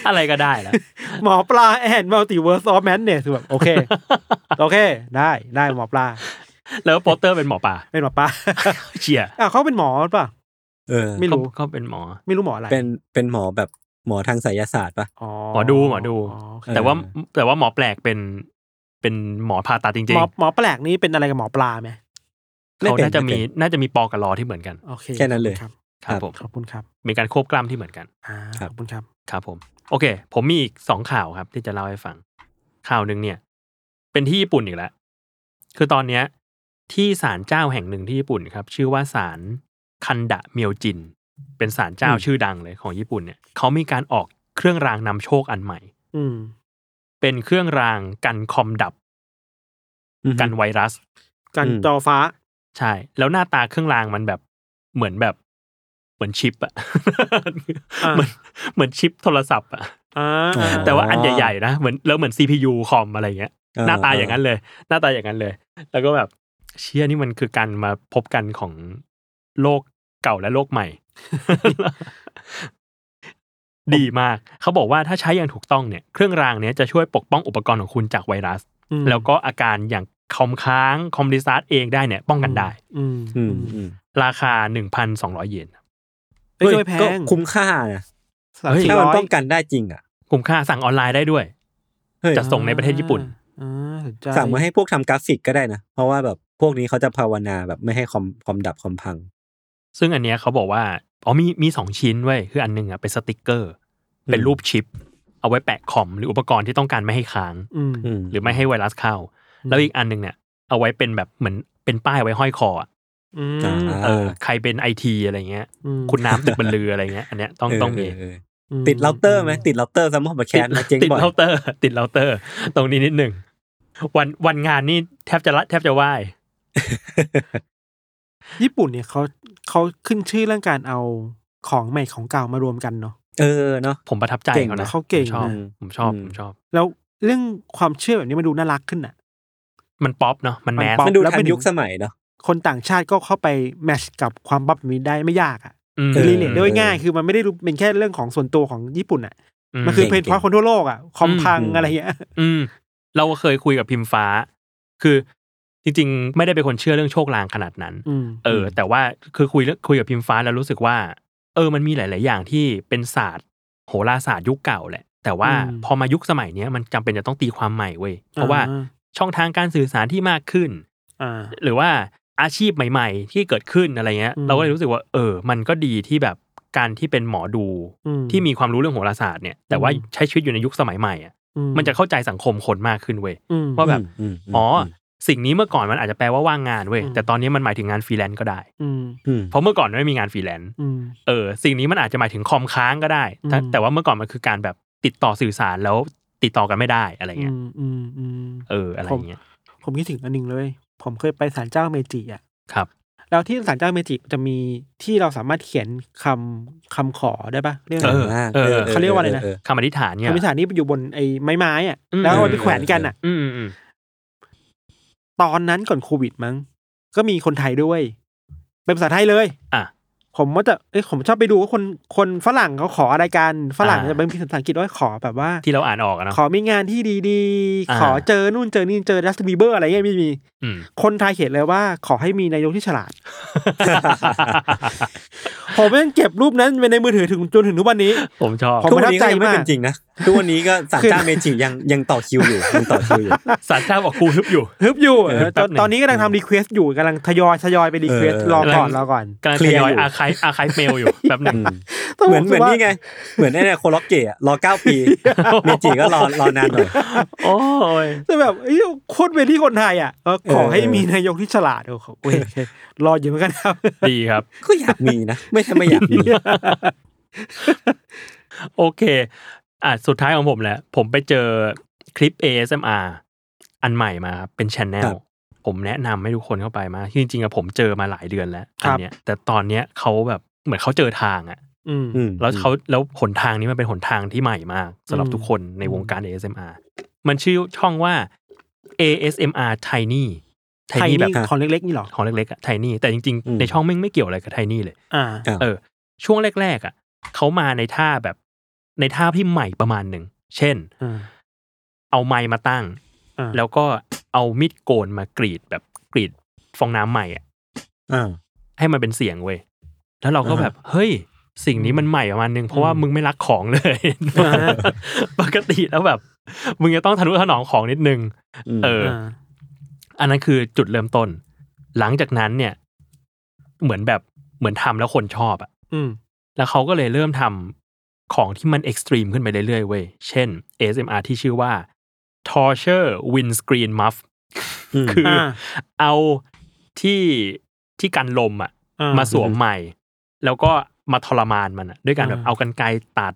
[SPEAKER 4] อะไรก็ได้แล้ว
[SPEAKER 3] หมอปลาแอนมัลติเวิร์สออฟแมนเนี่ยคือแบบโอเค โอเค ได้ได้หมอปลา
[SPEAKER 4] แล้วโปสเตอร์เป็นหมอป่า
[SPEAKER 3] เป็นหมอปลา
[SPEAKER 4] เชีย
[SPEAKER 3] อ่ะเขาเป็นหมอป่ะ
[SPEAKER 5] เออ
[SPEAKER 3] ไม่รู้
[SPEAKER 4] เขาเป็นหมอ
[SPEAKER 3] ไม่รู้หมออะไร
[SPEAKER 5] เป็นเป็นหมอแบบหมอทางไสยศาสตร์ปะ
[SPEAKER 3] อ๋อ
[SPEAKER 4] หมอดูหมอดู
[SPEAKER 3] โเค
[SPEAKER 5] เออ
[SPEAKER 4] แต่ว่าแต่ว่าหมอแปลกเป็นเป็นหมอผ่าตัดจริ
[SPEAKER 3] ห
[SPEAKER 4] ง
[SPEAKER 3] มอหมอแปลกนี้เป็นอะไรกับหมอปลาไหม
[SPEAKER 4] ๆเขา
[SPEAKER 5] ไป็
[SPEAKER 4] น่าจะมี
[SPEAKER 5] ไเป็
[SPEAKER 4] น่าจะมีปอกับลอที่เหมือนกัน
[SPEAKER 3] โอเค
[SPEAKER 5] แค่นั้นเลย
[SPEAKER 3] ครับ
[SPEAKER 4] ครับผม
[SPEAKER 3] ขอบคุณครับ
[SPEAKER 4] มีการควบกล้ามที่เหมือนกัน
[SPEAKER 3] อ่า
[SPEAKER 5] ค
[SPEAKER 3] ข
[SPEAKER 5] รับ
[SPEAKER 3] อบคุณครับ
[SPEAKER 4] ครับผม โอเค ผมมีอีกสองข่าวครับที่จะเล่าให้ฟัง ข่าวหนึ่งเนี่ย เป็นที่ญี่ปุ่นอีกแล้ว คือตอนเนี้ย ที่ศาลเจ้าแห่งหนึ่งที่ญี่ปุ่นครับ ชื่อว่าศาลคันดะเมียวจิน เป็นศาลเจ้าชื่อดังเลยของญี่ปุ่นเนี่ยเขามีการออกเครื่องรางนำโชคอันใหม่
[SPEAKER 3] อืม
[SPEAKER 4] เป็นเครื่องรางกันคอมดับ
[SPEAKER 5] อือฮึ
[SPEAKER 4] กันไวรัส
[SPEAKER 3] กัน
[SPEAKER 5] อืม
[SPEAKER 3] จอฟ้า
[SPEAKER 4] ใช่ แล้วหน้าตาเครื่องรางมันแบบเหมือนแบบเหมือนชิปอะ
[SPEAKER 3] อ่า
[SPEAKER 4] เหมือนเหมือนชิปโทรศัพท์อะ
[SPEAKER 3] อ่า
[SPEAKER 5] อ๋อ
[SPEAKER 4] แต่ว่าอันใหญ่ๆนะเหมือนแล้วเหมือน CPU คอมอะไรเงี้ย
[SPEAKER 5] เออ
[SPEAKER 4] หน้าตาอย่างนั้นเลย หน้าตาอย่างนั้นเลย แล้วก็แบบเชี่ยนี่มันคือการมาพบกันของโลกเก่าและโลกใหม่ ดีมาก เขาบอกว่าถ้าใช้อย่างถูกต้องเนี่ย เครื่องรางเนี้ยจะช่วยปกป้องอุปกรณ์ของคุณจากไวรัส
[SPEAKER 3] อืม
[SPEAKER 4] แล้วก็อาการอย่างคอมค้างคอมดิซาร์เองได้เนี่ย ป้องกันได้
[SPEAKER 3] อืม
[SPEAKER 5] อืมอืม
[SPEAKER 4] ราคา 1,200 เยน
[SPEAKER 3] ไม่เค
[SPEAKER 5] เฮ้
[SPEAKER 3] ย
[SPEAKER 5] ย
[SPEAKER 3] แพ
[SPEAKER 5] ก็
[SPEAKER 3] ง
[SPEAKER 5] คุ้มค่านะ
[SPEAKER 3] สาม
[SPEAKER 4] เฮ้ย
[SPEAKER 3] สี่
[SPEAKER 5] ถ้ามัน
[SPEAKER 3] ร้อย
[SPEAKER 5] ป้องกันได้จริงอ่ะ
[SPEAKER 4] คุ้มค่าสั่งออนไลน์ได้ด้วย
[SPEAKER 5] เฮ้ย
[SPEAKER 4] จะส่งในประเทศญี่ปุ่น
[SPEAKER 3] อ่าสนใจ
[SPEAKER 5] สั่งมาให้พวกทำกราฟิกก็ได้นะ เพราะว่าแบบพวกนี้เขาจะภาวนาแบบไม่ให้คอมคอมดับคอมพัง
[SPEAKER 4] ซึ่งอันเนี้ยเขาบอกว่า อ๋อมีมีสองชิ้นเว้ย คืออันหนึงอ่ะเป็นสติกเกอร์ เป็นรูปชิป เอาไว้แปะคอมหรืออุปกรณ์ที่ต้องการไม่ให้ค้าง
[SPEAKER 3] อืม
[SPEAKER 5] อืม
[SPEAKER 4] หรือไม่ให้ไวรัสเข้า แล้วอีกอันหนึงเนี่ย เอาไว้เป็นแบบเหมือนเป็นป้ายไว้ห้อยคออะ
[SPEAKER 3] อืม
[SPEAKER 5] อ่า
[SPEAKER 4] เออ ใครเป็นไอทีอะไรเงี้ย
[SPEAKER 3] ม
[SPEAKER 4] คุณน้ำตึกบรรลืออะไรเงี้ย อันเนี้ยต้องต้องมี
[SPEAKER 5] เเอ
[SPEAKER 3] อืม
[SPEAKER 5] ติดเราเตอร์ไหมติดเราเตอร์ซัมมอร์บแคสนะเจ๊ง
[SPEAKER 4] ติด
[SPEAKER 5] บ่อย
[SPEAKER 4] เลาน์เตอร์ ติดเลาน์เตอร์ ตรงนี้นิดหนึ่ง วันวันงานนี่แทบจะละแทบจะไหว
[SPEAKER 3] ญี่ปุ่นเนี่ยเขาเขาขึ้นชื่อเรื่องการเอาของใหม่ของเก่ามารวมกันเนาะ
[SPEAKER 5] เออเนาะ
[SPEAKER 4] ผมประทับใจ
[SPEAKER 5] เก่ง
[SPEAKER 4] เขานะ
[SPEAKER 3] นะเขาเก่ง
[SPEAKER 4] ผมชอบ
[SPEAKER 3] นะ
[SPEAKER 4] ผมชอบ
[SPEAKER 5] อืม
[SPEAKER 4] ผมชอบ
[SPEAKER 3] แล้วเรื่องความเชื่อแบบนี้มันดูน่ารักขึ้นอ่ะ
[SPEAKER 4] มันป๊อปเนาะมัน
[SPEAKER 3] มั
[SPEAKER 4] แม
[SPEAKER 3] น
[SPEAKER 4] ส
[SPEAKER 3] ป๊อป
[SPEAKER 5] มันดู
[SPEAKER 3] แล้ว
[SPEAKER 5] ทั
[SPEAKER 3] เป็น น
[SPEAKER 5] ยุคสมัยเนาะ
[SPEAKER 3] คนต่างชาติก็เข้าไปแมทชกับความบับแบบนี้ได้ไม่ยากอ่ะ
[SPEAKER 4] อืม
[SPEAKER 5] เออ
[SPEAKER 3] รีเลทด้วยง่ายคือมันไม่ได้ดูเป็นแค่เรื่องของส่วนตัวของญี่ปุ่นอ่ะ
[SPEAKER 4] อืม
[SPEAKER 3] มันคือ
[SPEAKER 5] เก่
[SPEAKER 3] เพ
[SPEAKER 5] ง
[SPEAKER 3] น
[SPEAKER 5] ๆ
[SPEAKER 3] พอยต์คนทั่วโลกอ่ะคอมพัง
[SPEAKER 5] อืม
[SPEAKER 3] อะไรเงี้ย
[SPEAKER 4] อืมเราเคยคุยกับพิมฟ้า คือจริงๆ ไม่ได้เป็นคนเชื่อเรื่องโชคลางขนาดนั้น
[SPEAKER 3] อืม
[SPEAKER 4] เออ แต่ว่าคือคุยเรื่องคุยกับพิมฟ้าแล้วรู้สึกว่า เออ มันมีหลาย ๆ อย่างที่เป็นศาสตร์โหราศาสตร์ยุคเก่าแหละ แต่ว่า
[SPEAKER 3] อืม
[SPEAKER 4] พอมายุคสมัยเนี้ยมันจำเป็นจะต้องตีความใหม่เว้ยเพราะว่า
[SPEAKER 3] อ่า
[SPEAKER 4] ช่องทางการสื่อสารที่มากขึ้น
[SPEAKER 3] อ่า
[SPEAKER 4] หรือว่าอาชีพใหม่ ๆ ที่เกิดขึ้นอะไรเงี้ย
[SPEAKER 3] อืม
[SPEAKER 4] เราก็เลยรู้สึกว่า เออ มันก็ดีที่แบบการที่เป็นหมอดู
[SPEAKER 3] อื
[SPEAKER 4] ที่มีความรู้เรื่องโหราศาสตร์เนี่ย แต่ว่า
[SPEAKER 3] อืม
[SPEAKER 4] ใช้ชีวิตอยู่ในยุคสมัยใหม่อะ
[SPEAKER 3] อื
[SPEAKER 4] มันจะเข้าใจสังคมคนมากขึ้นเว้ย
[SPEAKER 3] อืม
[SPEAKER 4] ว่าแบบ
[SPEAKER 5] อืมม
[SPEAKER 4] อ๋ออสิ่งนี้เมื่อก่อนมันอาจจะแปลว่าว่างงานเว้ย
[SPEAKER 3] อืม
[SPEAKER 4] แต่ตอนนี้มันหมายถึงงานฟรีแลนซ์ก็ได้
[SPEAKER 3] อืม
[SPEAKER 5] อืม
[SPEAKER 4] เพราะเมื่อก่อนไม่มีงานฟรีแลนซ์
[SPEAKER 3] อืม
[SPEAKER 4] เออ สิ่งนี้มันอาจจะหมายถึงคอมค้างก็ได้แต่
[SPEAKER 3] อืม
[SPEAKER 4] แต่ว่าเมื่อก่อนมันคือการแบบติดต่อสื่อสารแล้วติดต่อกันไม่ได้อะไร
[SPEAKER 3] อื
[SPEAKER 4] เงี้ย
[SPEAKER 3] มอืมอืม
[SPEAKER 4] เออ อะไรเงี้ย
[SPEAKER 3] ผมคิดถึงอันหนึ่งเลย ผมเคยไปศาลเจ้าเมจิอ่ะ
[SPEAKER 4] ครับ
[SPEAKER 3] แล้วที่ศาลเจ้าเมจิจะมีที่เราสามารถเขียนคำคำขอได้ปะเรื่อง
[SPEAKER 4] เออ เอ
[SPEAKER 3] เขาเรียกว่าอะไรนะ
[SPEAKER 5] เ
[SPEAKER 4] คำอธิษฐานเนี่ย
[SPEAKER 3] คำวิสานนี่อยู่บนไอ้ไม้ไม้อ่ะ
[SPEAKER 4] อืม
[SPEAKER 3] แล้วเอาไปแขวนกันอ่ะ
[SPEAKER 4] อืมอืมอืม
[SPEAKER 3] ตอนนั้นก่อนโควิดมั้ง ก็มีคนไทยด้วย เป็นภาษาไทยเลย
[SPEAKER 4] อ่ะ
[SPEAKER 3] ผมว่าจะเอ้ยผมชอบไปดูว่าคนคนฝรั่งเขาขออะไรกัน ฝรั่ง
[SPEAKER 4] อ่า
[SPEAKER 3] จะเป็นภาษาอังกฤษว่าขอแบบว่า
[SPEAKER 4] ที่เราอ่านออกอะเนาะ
[SPEAKER 3] ขอมีงานที่ดี
[SPEAKER 4] อ่า
[SPEAKER 3] ๆ ขอเจอนู่นเจอนี่เจอดัสบีเบอร์อะไรเงี้ยไม่มี
[SPEAKER 4] อืม
[SPEAKER 3] คนไทยเขียนเลยว่า ขอให้มีนายกที่ฉลาด ผมยังเก็บรูปนั้นไว้ในมือถือถึงจนถึงทุกวันนี้
[SPEAKER 4] ผมชอบ
[SPEAKER 3] ผม
[SPEAKER 5] ทุกวันนี้
[SPEAKER 3] ประทับ
[SPEAKER 5] ก็
[SPEAKER 3] ใจ
[SPEAKER 5] ยังไม่
[SPEAKER 3] มาก
[SPEAKER 5] เป็นจริงนะทุกวันนี้ก็สารเจ้าเมจิยังยังต่อคิวอยู่ยังต่อคิวอยู่
[SPEAKER 4] สารเจ้าบอกครูฮึบอยู่
[SPEAKER 3] ฮึบอยู่เออ
[SPEAKER 4] เออแป๊บหนึ่ง
[SPEAKER 3] ตอนนี้กำลังทำรีเควสอยู่กำลังทยอยทยอยไปรีเควส
[SPEAKER 5] เออ
[SPEAKER 3] รอก่อนรอก่อน
[SPEAKER 4] กำลัง
[SPEAKER 5] เคลี
[SPEAKER 4] ท
[SPEAKER 5] ยร์
[SPEAKER 4] ยอ
[SPEAKER 5] อ
[SPEAKER 4] ย
[SPEAKER 5] ยู่
[SPEAKER 4] อาคายอาคายเมลอยู่แบบหนึ่ง
[SPEAKER 5] อืมเหมือนเหมือนนี่ไง เหมือนไอ้เนี่ยโคล็อกเกะรอเก้า ปี เมจิก็รอรอนานหน่อย
[SPEAKER 4] โอ้ย
[SPEAKER 3] แต่แบบเอ้ยโคตรเวที่คนไทยอ่ะเออขอ
[SPEAKER 5] เออ
[SPEAKER 3] ให้มีนายกที่ฉลาดโอ้โหโอเคโอเครออยู่เหมือนกันครับ
[SPEAKER 4] ดีครับ
[SPEAKER 5] ก็อยากมีนะ ไม่ใช่ไม่อยาก มี
[SPEAKER 4] โอเค อ่ะสุดท้ายของผมแหละ ผมไปเจอคลิป ASMR อันใหม่มาครับเป็นช n e l ผมแนะนำให้ทุกคนเข้าไปมากจริงๆอะผมเจอมาหลายเดือนแล้ว
[SPEAKER 3] ค
[SPEAKER 4] อั
[SPEAKER 3] รั
[SPEAKER 4] น
[SPEAKER 3] บ
[SPEAKER 4] เนี้ยแต่ตอนเนี้ยเขาแบบเหมือนเขาเจอทางอะ
[SPEAKER 3] อืม
[SPEAKER 5] อืม
[SPEAKER 4] แล้วเขาแล้วหนทางนี้มันเป็นหนทางที่ใหม่มากสำหรับ
[SPEAKER 3] อืม
[SPEAKER 4] ทุกคนในวงการ ASMR มันชื่อช่องว่า ASMR Tiny
[SPEAKER 3] ไทย
[SPEAKER 4] Tiny แบบ
[SPEAKER 3] นี่ของเล็กๆนี่เหรอ
[SPEAKER 4] ของเล็กๆอะ Tiny แต่จริงๆ ในช่องแม่งไม่เกี่ยวอะไรกับ Tiny เลย
[SPEAKER 3] อ่า
[SPEAKER 4] เออช่วงแรกๆอ่ะเขามาในท่าแบบในท่าที่ใหม่ประมาณหนึ่ง เช่น
[SPEAKER 3] อ่า
[SPEAKER 4] เอาไม้มาตั้ง
[SPEAKER 3] อ่า
[SPEAKER 4] แล้วก็เอามีดโกนมากรีดแบบกรีดฟองน้ำใหม่อ่ะ
[SPEAKER 5] อ่า
[SPEAKER 4] ให้มันเป็นเสียงเว้ยแล้วเราก็แบบ เฮ้ย สิ่งนี้มันใหม่ประมาณหนึ่งเพราะว่ามึงไม่รักของเลย
[SPEAKER 3] อ่า
[SPEAKER 4] ปกติแล้วแบบ มึงจะต้องทะนุถนอมของนิดนึง
[SPEAKER 5] อืม
[SPEAKER 4] เออ อันนั้นคือจุดเริ่มต้น หลังจากนั้นเนี่ย เหมือนแบบเหมือนทำแล้วคนชอบอ่ะ
[SPEAKER 3] อืม
[SPEAKER 4] แล้วเขาก็เลยเริ่มทำของที่มันเอ็กซ์ตรีมขึ้นไปเรื่อยๆเว้ย เช่น ASMR ที่ชื่อว่า torture windscreen muff
[SPEAKER 5] อืม
[SPEAKER 4] คืออา เอาที่ที่กันลมอ่ะ
[SPEAKER 3] อ่
[SPEAKER 4] มาสวมใหม่ แล้วก็มาทรมานมันอะด้วยการแบบเอากันไกรตัด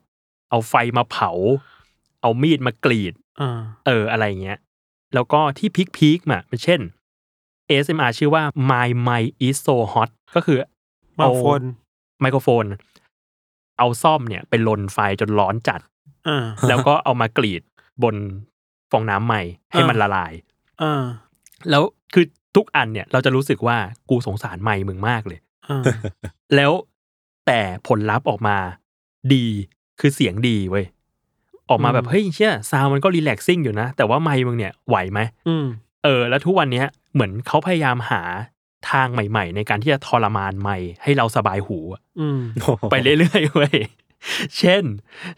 [SPEAKER 4] เอาไฟมาเผา เอามีดมากรีด
[SPEAKER 3] อ่า
[SPEAKER 4] เอออะไรเงี้ย แล้วก็ที่พีคพีคๆมาเช่น ASMR ชื่อว่า my my is so hot ก็คือ
[SPEAKER 3] มา
[SPEAKER 4] เอา
[SPEAKER 3] โฟน
[SPEAKER 4] ไมโครโฟน เอาซ่อมเนี่ยไปลนไฟจนร้อนจัด
[SPEAKER 3] อ่า
[SPEAKER 4] แล้วก็เอามากรีดบนฟองน้ำใหม่ให้มันละลาย
[SPEAKER 3] อ่า
[SPEAKER 4] แล้วคือทุกอันเนี่ยเราจะรู้สึกว่ากูสงสารไม่มึงมากเลย
[SPEAKER 3] อ่า
[SPEAKER 4] แล้วแต่ผลลัพธ์ออกมาดีคือเสียงดีเว้ย ออกมาแบบเฮ้ยเชี่ยซาวมันก็รีแลกซิ่งอยู่นะ แต่ว่าไม่มึงเนี่ยไหวไหม
[SPEAKER 3] อืม
[SPEAKER 4] เออแล้วทุกวันเนี้ยเหมือนเขาพยายามหาทางใหม่ ๆ ในการที่จะทรมานไม่ให้เราสบายหูอะ
[SPEAKER 3] อืม
[SPEAKER 4] ไปเรื่อยๆเว้ย เช่น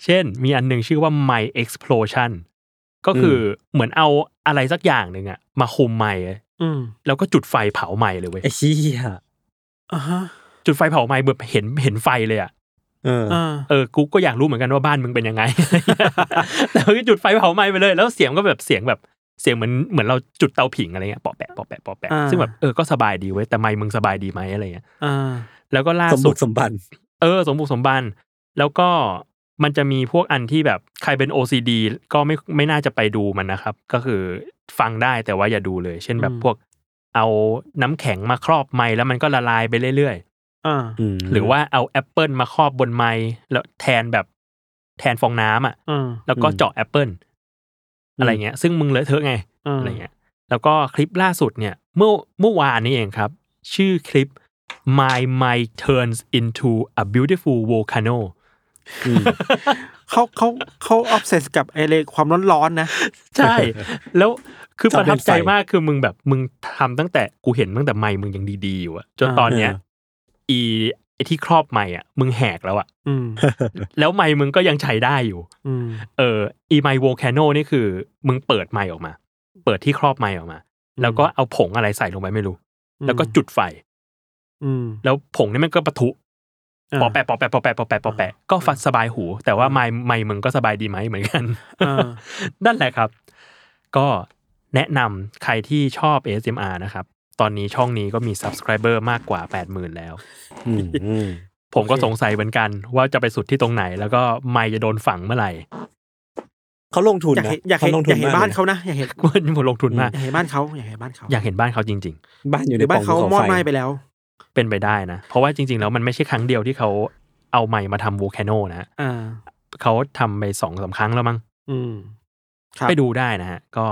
[SPEAKER 4] เช่น มีอันหนึ่งชื่อว่า My Explosion ก็คืออเหมือนเอาอะไรสักอย่างหนึ่งอะมาคุมไม้
[SPEAKER 3] อืม
[SPEAKER 4] แล้วก็จุดไฟเผาไม้เลยเว้ย
[SPEAKER 5] ไอ้เชี่ย
[SPEAKER 3] อ่าฮะ
[SPEAKER 4] จุดไฟเผาไม้แบบเห็นเห็นไฟเลยอะ
[SPEAKER 5] เออ
[SPEAKER 3] อ่า
[SPEAKER 4] เออ กูก็อยากรู้เหมือนกันว่าบ้านมึงเป็นยังไง แล้วก็จุดไฟเผาไม้ไปเลย แล้วเสียงก็แบบเสียงแบบเสียงเหมือนเหมือนเราจุดเตาผิงอะไรเงี้ยปอแปะปอแปะปอแปะ ซึ่งแบบเออ ก็สบายดีเว้ย แต่ไม้มึงสบายดีไหมอะไรเงี้ย
[SPEAKER 3] อ่า
[SPEAKER 4] แล้วก็ล่า
[SPEAKER 5] สม
[SPEAKER 4] สุ
[SPEAKER 5] บุ
[SPEAKER 4] ด
[SPEAKER 5] กสมบัน
[SPEAKER 4] เออสมบุกสมบันแล้วก็มันจะมีพวกอันที่แบบใครเป็น OCD ก็ไม่ไม่น่าจะไปดูมันนะครับ ก็คือฟังได้แต่ว่าอย่าดูเลย เช่นแบบพวกเอาน้ำแข็งมาครอบไม้แล้วมันก็ละลายไปเรื่อย
[SPEAKER 3] อ่า
[SPEAKER 5] อืม
[SPEAKER 4] ๆ หรือว่าเอาแอปเปิลมาครอบบนไม้แล้วแทนแบบแทนฟองน้ำอ่ะ
[SPEAKER 3] อ่า
[SPEAKER 4] แล้วก็เจาะแอปเปิลอะไรเงี้ย ซึ่งมึงเลอะเทอะไง
[SPEAKER 3] า
[SPEAKER 4] อะไรเงี้ย แล้วก็คลิปล่าสุดเนี่ย เมื่อเมื่อวานนี้เองครับ ชื่อคลิป My My Turns into a Beautiful Volcano
[SPEAKER 5] อืม
[SPEAKER 3] เขาเขาเขาออฟเซสกับไอเลความร้อนๆนะ
[SPEAKER 4] ใช่ แล้วคือประทับใจมากคือมึงแบบมึงทำตั้งแต่กูเห็นตั้งแต่ไม่มึงยังดีๆอยู่อะจนตอนเนี้ยอีไอ้ที่ครอบไม่อะมึงแหกแล้วอะ
[SPEAKER 3] อืม
[SPEAKER 4] แล้วไม่มึงก็ยังใช้ได้อยู่
[SPEAKER 3] อืม
[SPEAKER 4] เอออีไมโวลแคนโนนี่คือ มึงเปิดไม่ออกมา เปิดที่ครอบไม้ออกมา แล้วก็เอาผงอะไรใส่ลงไปไม่รู้ แล้วก็จุดไฟ
[SPEAKER 3] อืม
[SPEAKER 4] แล้วผงนี่มันก็ปะทุ
[SPEAKER 3] า
[SPEAKER 4] ปอแปะปอแปะปอแปะปอแปะปอแปะก็ฟัดสบายหู แต่ว่าไม้ไม้มึงก็สบายดีไหมเหมือนกัน
[SPEAKER 3] อ่า
[SPEAKER 4] นั่นแหละครับ ก็แนะนำใครที่ชอบ ASMR นะครับ ตอนนี้ช่องนี้ก็มี Subscriber มากกว่า 80,000 แล้ว
[SPEAKER 5] อืมอืม
[SPEAKER 4] ผมก็
[SPEAKER 3] โอเค
[SPEAKER 4] สงสัยเหมือนกัน ว่าจะไปสุดที่ตรงไหน แล้วก็ไม่จะโดนฝังเมื่อไหร่
[SPEAKER 5] เขาลงทุน
[SPEAKER 3] อยาก
[SPEAKER 5] นะ
[SPEAKER 3] เห็นอยากเห็น
[SPEAKER 5] ลง
[SPEAKER 3] อยากเห็น
[SPEAKER 5] ม
[SPEAKER 3] บ้าน
[SPEAKER 5] ลยะ
[SPEAKER 3] เขานะอยากเห็น
[SPEAKER 4] ว่าผมลงทุนมาก
[SPEAKER 3] อยากเห็นบ้านเขาอยากเห็นบ้านเขา
[SPEAKER 4] อยากเห็นบ้านเขาจริง
[SPEAKER 5] บ้านอยู่
[SPEAKER 3] ห
[SPEAKER 5] ใน
[SPEAKER 3] รือบ้าน
[SPEAKER 5] ปล่
[SPEAKER 3] เขา
[SPEAKER 5] งของ
[SPEAKER 3] มอด
[SPEAKER 5] ฟ
[SPEAKER 3] ไหม้ไปแล้ว
[SPEAKER 4] ๆ เป็นไปได้นะ เพราะว่าจริง ๆ แล้วมันไม่ใช่ครั้งเดียวที่เขาเอาไม้มาทำ Volcano นะฮะ
[SPEAKER 3] อ่า
[SPEAKER 4] เขาทำไปสองสามครั้งแล้วมั้ง
[SPEAKER 3] อืมครับ
[SPEAKER 4] ไปดูได้นะฮะ ก็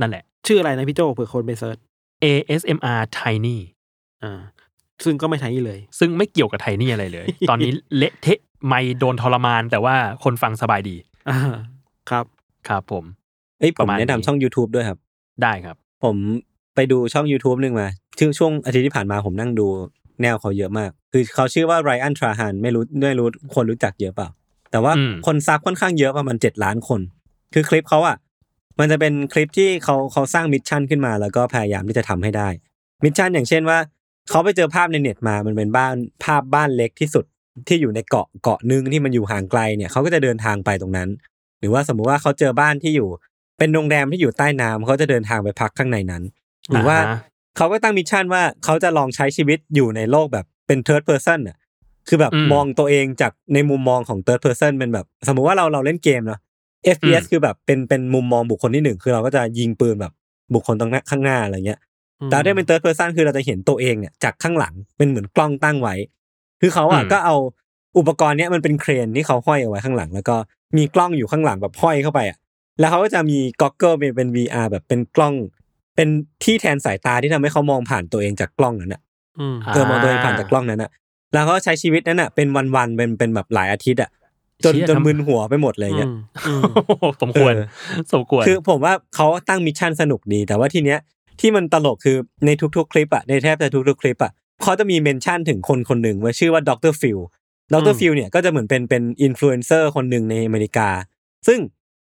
[SPEAKER 4] นั่นแหละ
[SPEAKER 3] ชื่ออะไรนะพี่โจเผื่อคนไปเซิร์ช
[SPEAKER 4] ASMR Tiny
[SPEAKER 3] อ่า ซึ่งก็ไม่ใช่เลย
[SPEAKER 4] ซึ่งไม่เกี่ยวกับไทยนี่อะไร เลย ตอนนี้เละเทะไม่โดนทรมาน แต่ว่าคนฟังสบายดี
[SPEAKER 3] อ่า ครับ
[SPEAKER 4] ครับผม
[SPEAKER 5] เอ้ยผ
[SPEAKER 4] ป
[SPEAKER 5] ม
[SPEAKER 4] ระมาณ
[SPEAKER 5] แนะนำ
[SPEAKER 4] นี้
[SPEAKER 5] ช่อง YouTube ด้วยครับ
[SPEAKER 4] ได้ครับ
[SPEAKER 5] ผมไปดูช่อง YouTube หนึ่งมาชื่อช่วงอาทิตย์ที่ผ่านมาผมนั่งดูแนวเขาเยอะมาก คือเขาชื่อว่าไรอันทราฮานไม่รู้ไม่รู้คนรู้จักเยอะเปล่า แต่ว่า
[SPEAKER 4] อืม
[SPEAKER 5] คนซับค่อนข้างเยอะประมาณเจ็ดล้านคน คือคลิปเขาอ่ะ มันจะเป็นคลิปที่เขาเขาสร้างมิชชั่นขึ้นมาแล้วก็พยายามที่จะทำให้ได้ มิชชั่นอย่างเช่นว่า เขาไปเจอภาพในเน็ตมา มันเป็นบ้านภาพบ้านเล็กที่สุดที่อยู่ในเกาะเกาะหนึงที่มันอยู่ห่างไกลเนี่ยเขาก็จะเดินทางไปตรงนั้น หรือว่าสมมุติว่าเขาเจอบ้านที่อยู่ เป็นโรงแรมที่อยู่ใต้น้ำเขาจะเดินทางไปพักข้างในนั้น หรือว่า
[SPEAKER 4] อ่าฮะ
[SPEAKER 5] เขาก็ตั้งมิชชั่นว่าเขาจะลองใช้ชีวิตอยู่ในโลกแบบเป็น third person น่ะคือแบบ
[SPEAKER 4] อืม
[SPEAKER 5] มองตัวเองจากในมุมมองของ third person เป็นแบบ สมมุติว่าเราเราเล่นเกมเนาะ FPS
[SPEAKER 4] อืม
[SPEAKER 5] คือแบบเป็นเป็นมุมมองบุคคลที่หนึ่งคือเราก็จะยิงปืนแบบบุคคลตรงหน้าข้างหน้าอะไรเงี้ย
[SPEAKER 3] อืม
[SPEAKER 5] แต่ถ้าได้เป็น third person คือเราจะเห็นตัวเองเนี่ยจากข้างหลังเป็นเหมือนกล้องตั้งไว้ คือเขาอ่ะ
[SPEAKER 4] อืม
[SPEAKER 5] ก็เอาอุปกรณ์เนี้ยมันเป็นเครนที่เขาห้อยเอาไว้ข้างหลัง แล้วก็มีกล้องอยู่ข้างหลังแบบห้อยเข้าไปอ่ะ แล้วเขาก็จะมีก็อกเกิลเป็น VR แบบเป็นกล้อง เป็นที่แทนสายตาที่ทำให้เขามองผ่านตัวเองจากกล้องนั้นอ่ะ
[SPEAKER 3] อืม
[SPEAKER 4] อ่า
[SPEAKER 5] เออมองตัวเองผ่านจากกล้องนั้นอ่ะ แล้วเขาก็ใช้ชีวิตนั้นอ่ะเป็นวันๆเป็นเป็นแบบหลายอาทิตย์อ่ะ จน
[SPEAKER 4] เชี่ย
[SPEAKER 5] จน
[SPEAKER 4] ทำ
[SPEAKER 5] มึนหัวไปหมดเลยเงี้ย
[SPEAKER 3] อืม
[SPEAKER 4] โอ้โห สมควร
[SPEAKER 5] เออ
[SPEAKER 4] สมควร
[SPEAKER 5] คือผมว่าเขาตั้งมิชชั่นสนุกดี แต่ว่าทีเนี้ยที่มันตลกคือในทุกๆคลิปอ่ะในแทบจะทุกๆคลิปอ่ะเขาจะมีเมนชั่นถึงคนคนหนึ่งไว้ชื่อว่าดรฟิลด
[SPEAKER 3] อื
[SPEAKER 5] ร
[SPEAKER 3] ม
[SPEAKER 5] ฟิลเนี่ยก็จะเหมือนเป็นเป็นอินฟลูเอนเซอร์คนหนึ่งในอเมริกา ซึ่ง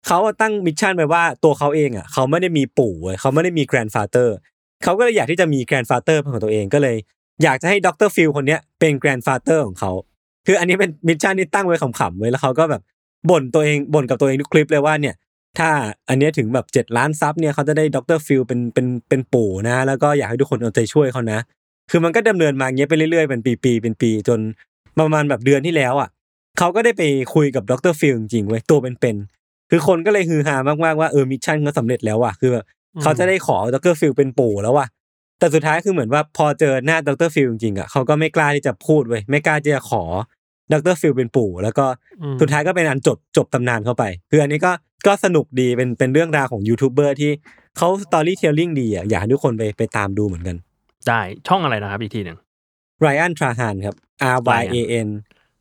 [SPEAKER 5] เขาอะตั้งมิชชั่นไปว่าตัวเขาเองอ่ะเขาไม่ได้มีปู่เว้ยเขาไม่ได้มีแกรนด์ฟาเตอร์เขาก็เลยอยากที่จะมีแกรนด์ฟาเตอร์ของตัวเองก็เลย อยากจะให้ดรฟิลคนเนี้ยเป็นแกรนด์ฟาเตอร์ของเขา คืออันนี้เป็นมิชชั่นที่ตั้งไว้ขำๆไว้ยแล้วเขาก็แบบบ่นตัวเองบ่นกับตัวเองทุกคลิปเลยว่าเนี่ย ถ้าอันเนี้ยถึงแบบ 7 ล้านซับเนี่ยเขาจะได้ดรฟิลเป็นเป็นเป็นปู่นะ แล้วก็อยากให้ทุกคนเอาใจช่วยเขานะ คือมันก็ดำเนินมาอย่างเงี้ยไปเรื่อยๆ เป็นปีๆเป็นปี จนประมาณแบบเดือนที่แล้วอ่ะเขาก็ได้ไปคุยกับดรฟิลจริงๆเว้ยตัวเป็นๆคือคนก็เลยฮือฮามากๆว่าเออมิชชั่นก็สำเร็จแล้วว่ะคือแบบเขาจะได้ขอดรฟิลเป็นปู่แล้วว่ะ แต่สุดท้ายคือเหมือนว่าพอเจอหน้าดรฟิลจริงๆอ่ะเขาก็ไม่กล้าที่จะพูดเว้ยไม่กล้าที่จะขอดรฟิลเป็นปู่ แล้วก็
[SPEAKER 3] อืม
[SPEAKER 5] สุดท้ายก็เป็นอันจบจบตำนานเข้าไป คืออันนี้ก็ก็สนุกดีเป็นเป็นเรื่องราวของยูทูบเบอร์ที่เขาสตอรี่เทลลิ่งดีอ่ะอยากให้ทุกคนไปไปตามดูเหมือนกัน
[SPEAKER 4] ได้ช่องอะไรนะครับอีกทีหนึ่ง
[SPEAKER 5] ไรอันทราฮานครับ R Y A
[SPEAKER 4] Ryan
[SPEAKER 5] N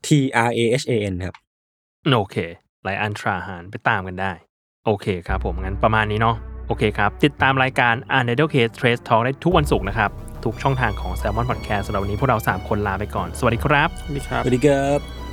[SPEAKER 5] T R A H A N ครับ
[SPEAKER 4] โอเคไลอันทราหานไปตามกันได้ โอเคครับผม งั้นประมาณนี้เนาะโอเคครับ ติดตามรายการ u n d e r Case Trace Talk ได้ทุกวันศุกร์นะครับ ทุกช่องทางของ Salmon Podcast สำหรับวันนี้พวกเรา 3 คนลาไปก่อน สวัสดีครับ
[SPEAKER 3] นี่ครับ
[SPEAKER 5] สวัสดีครับ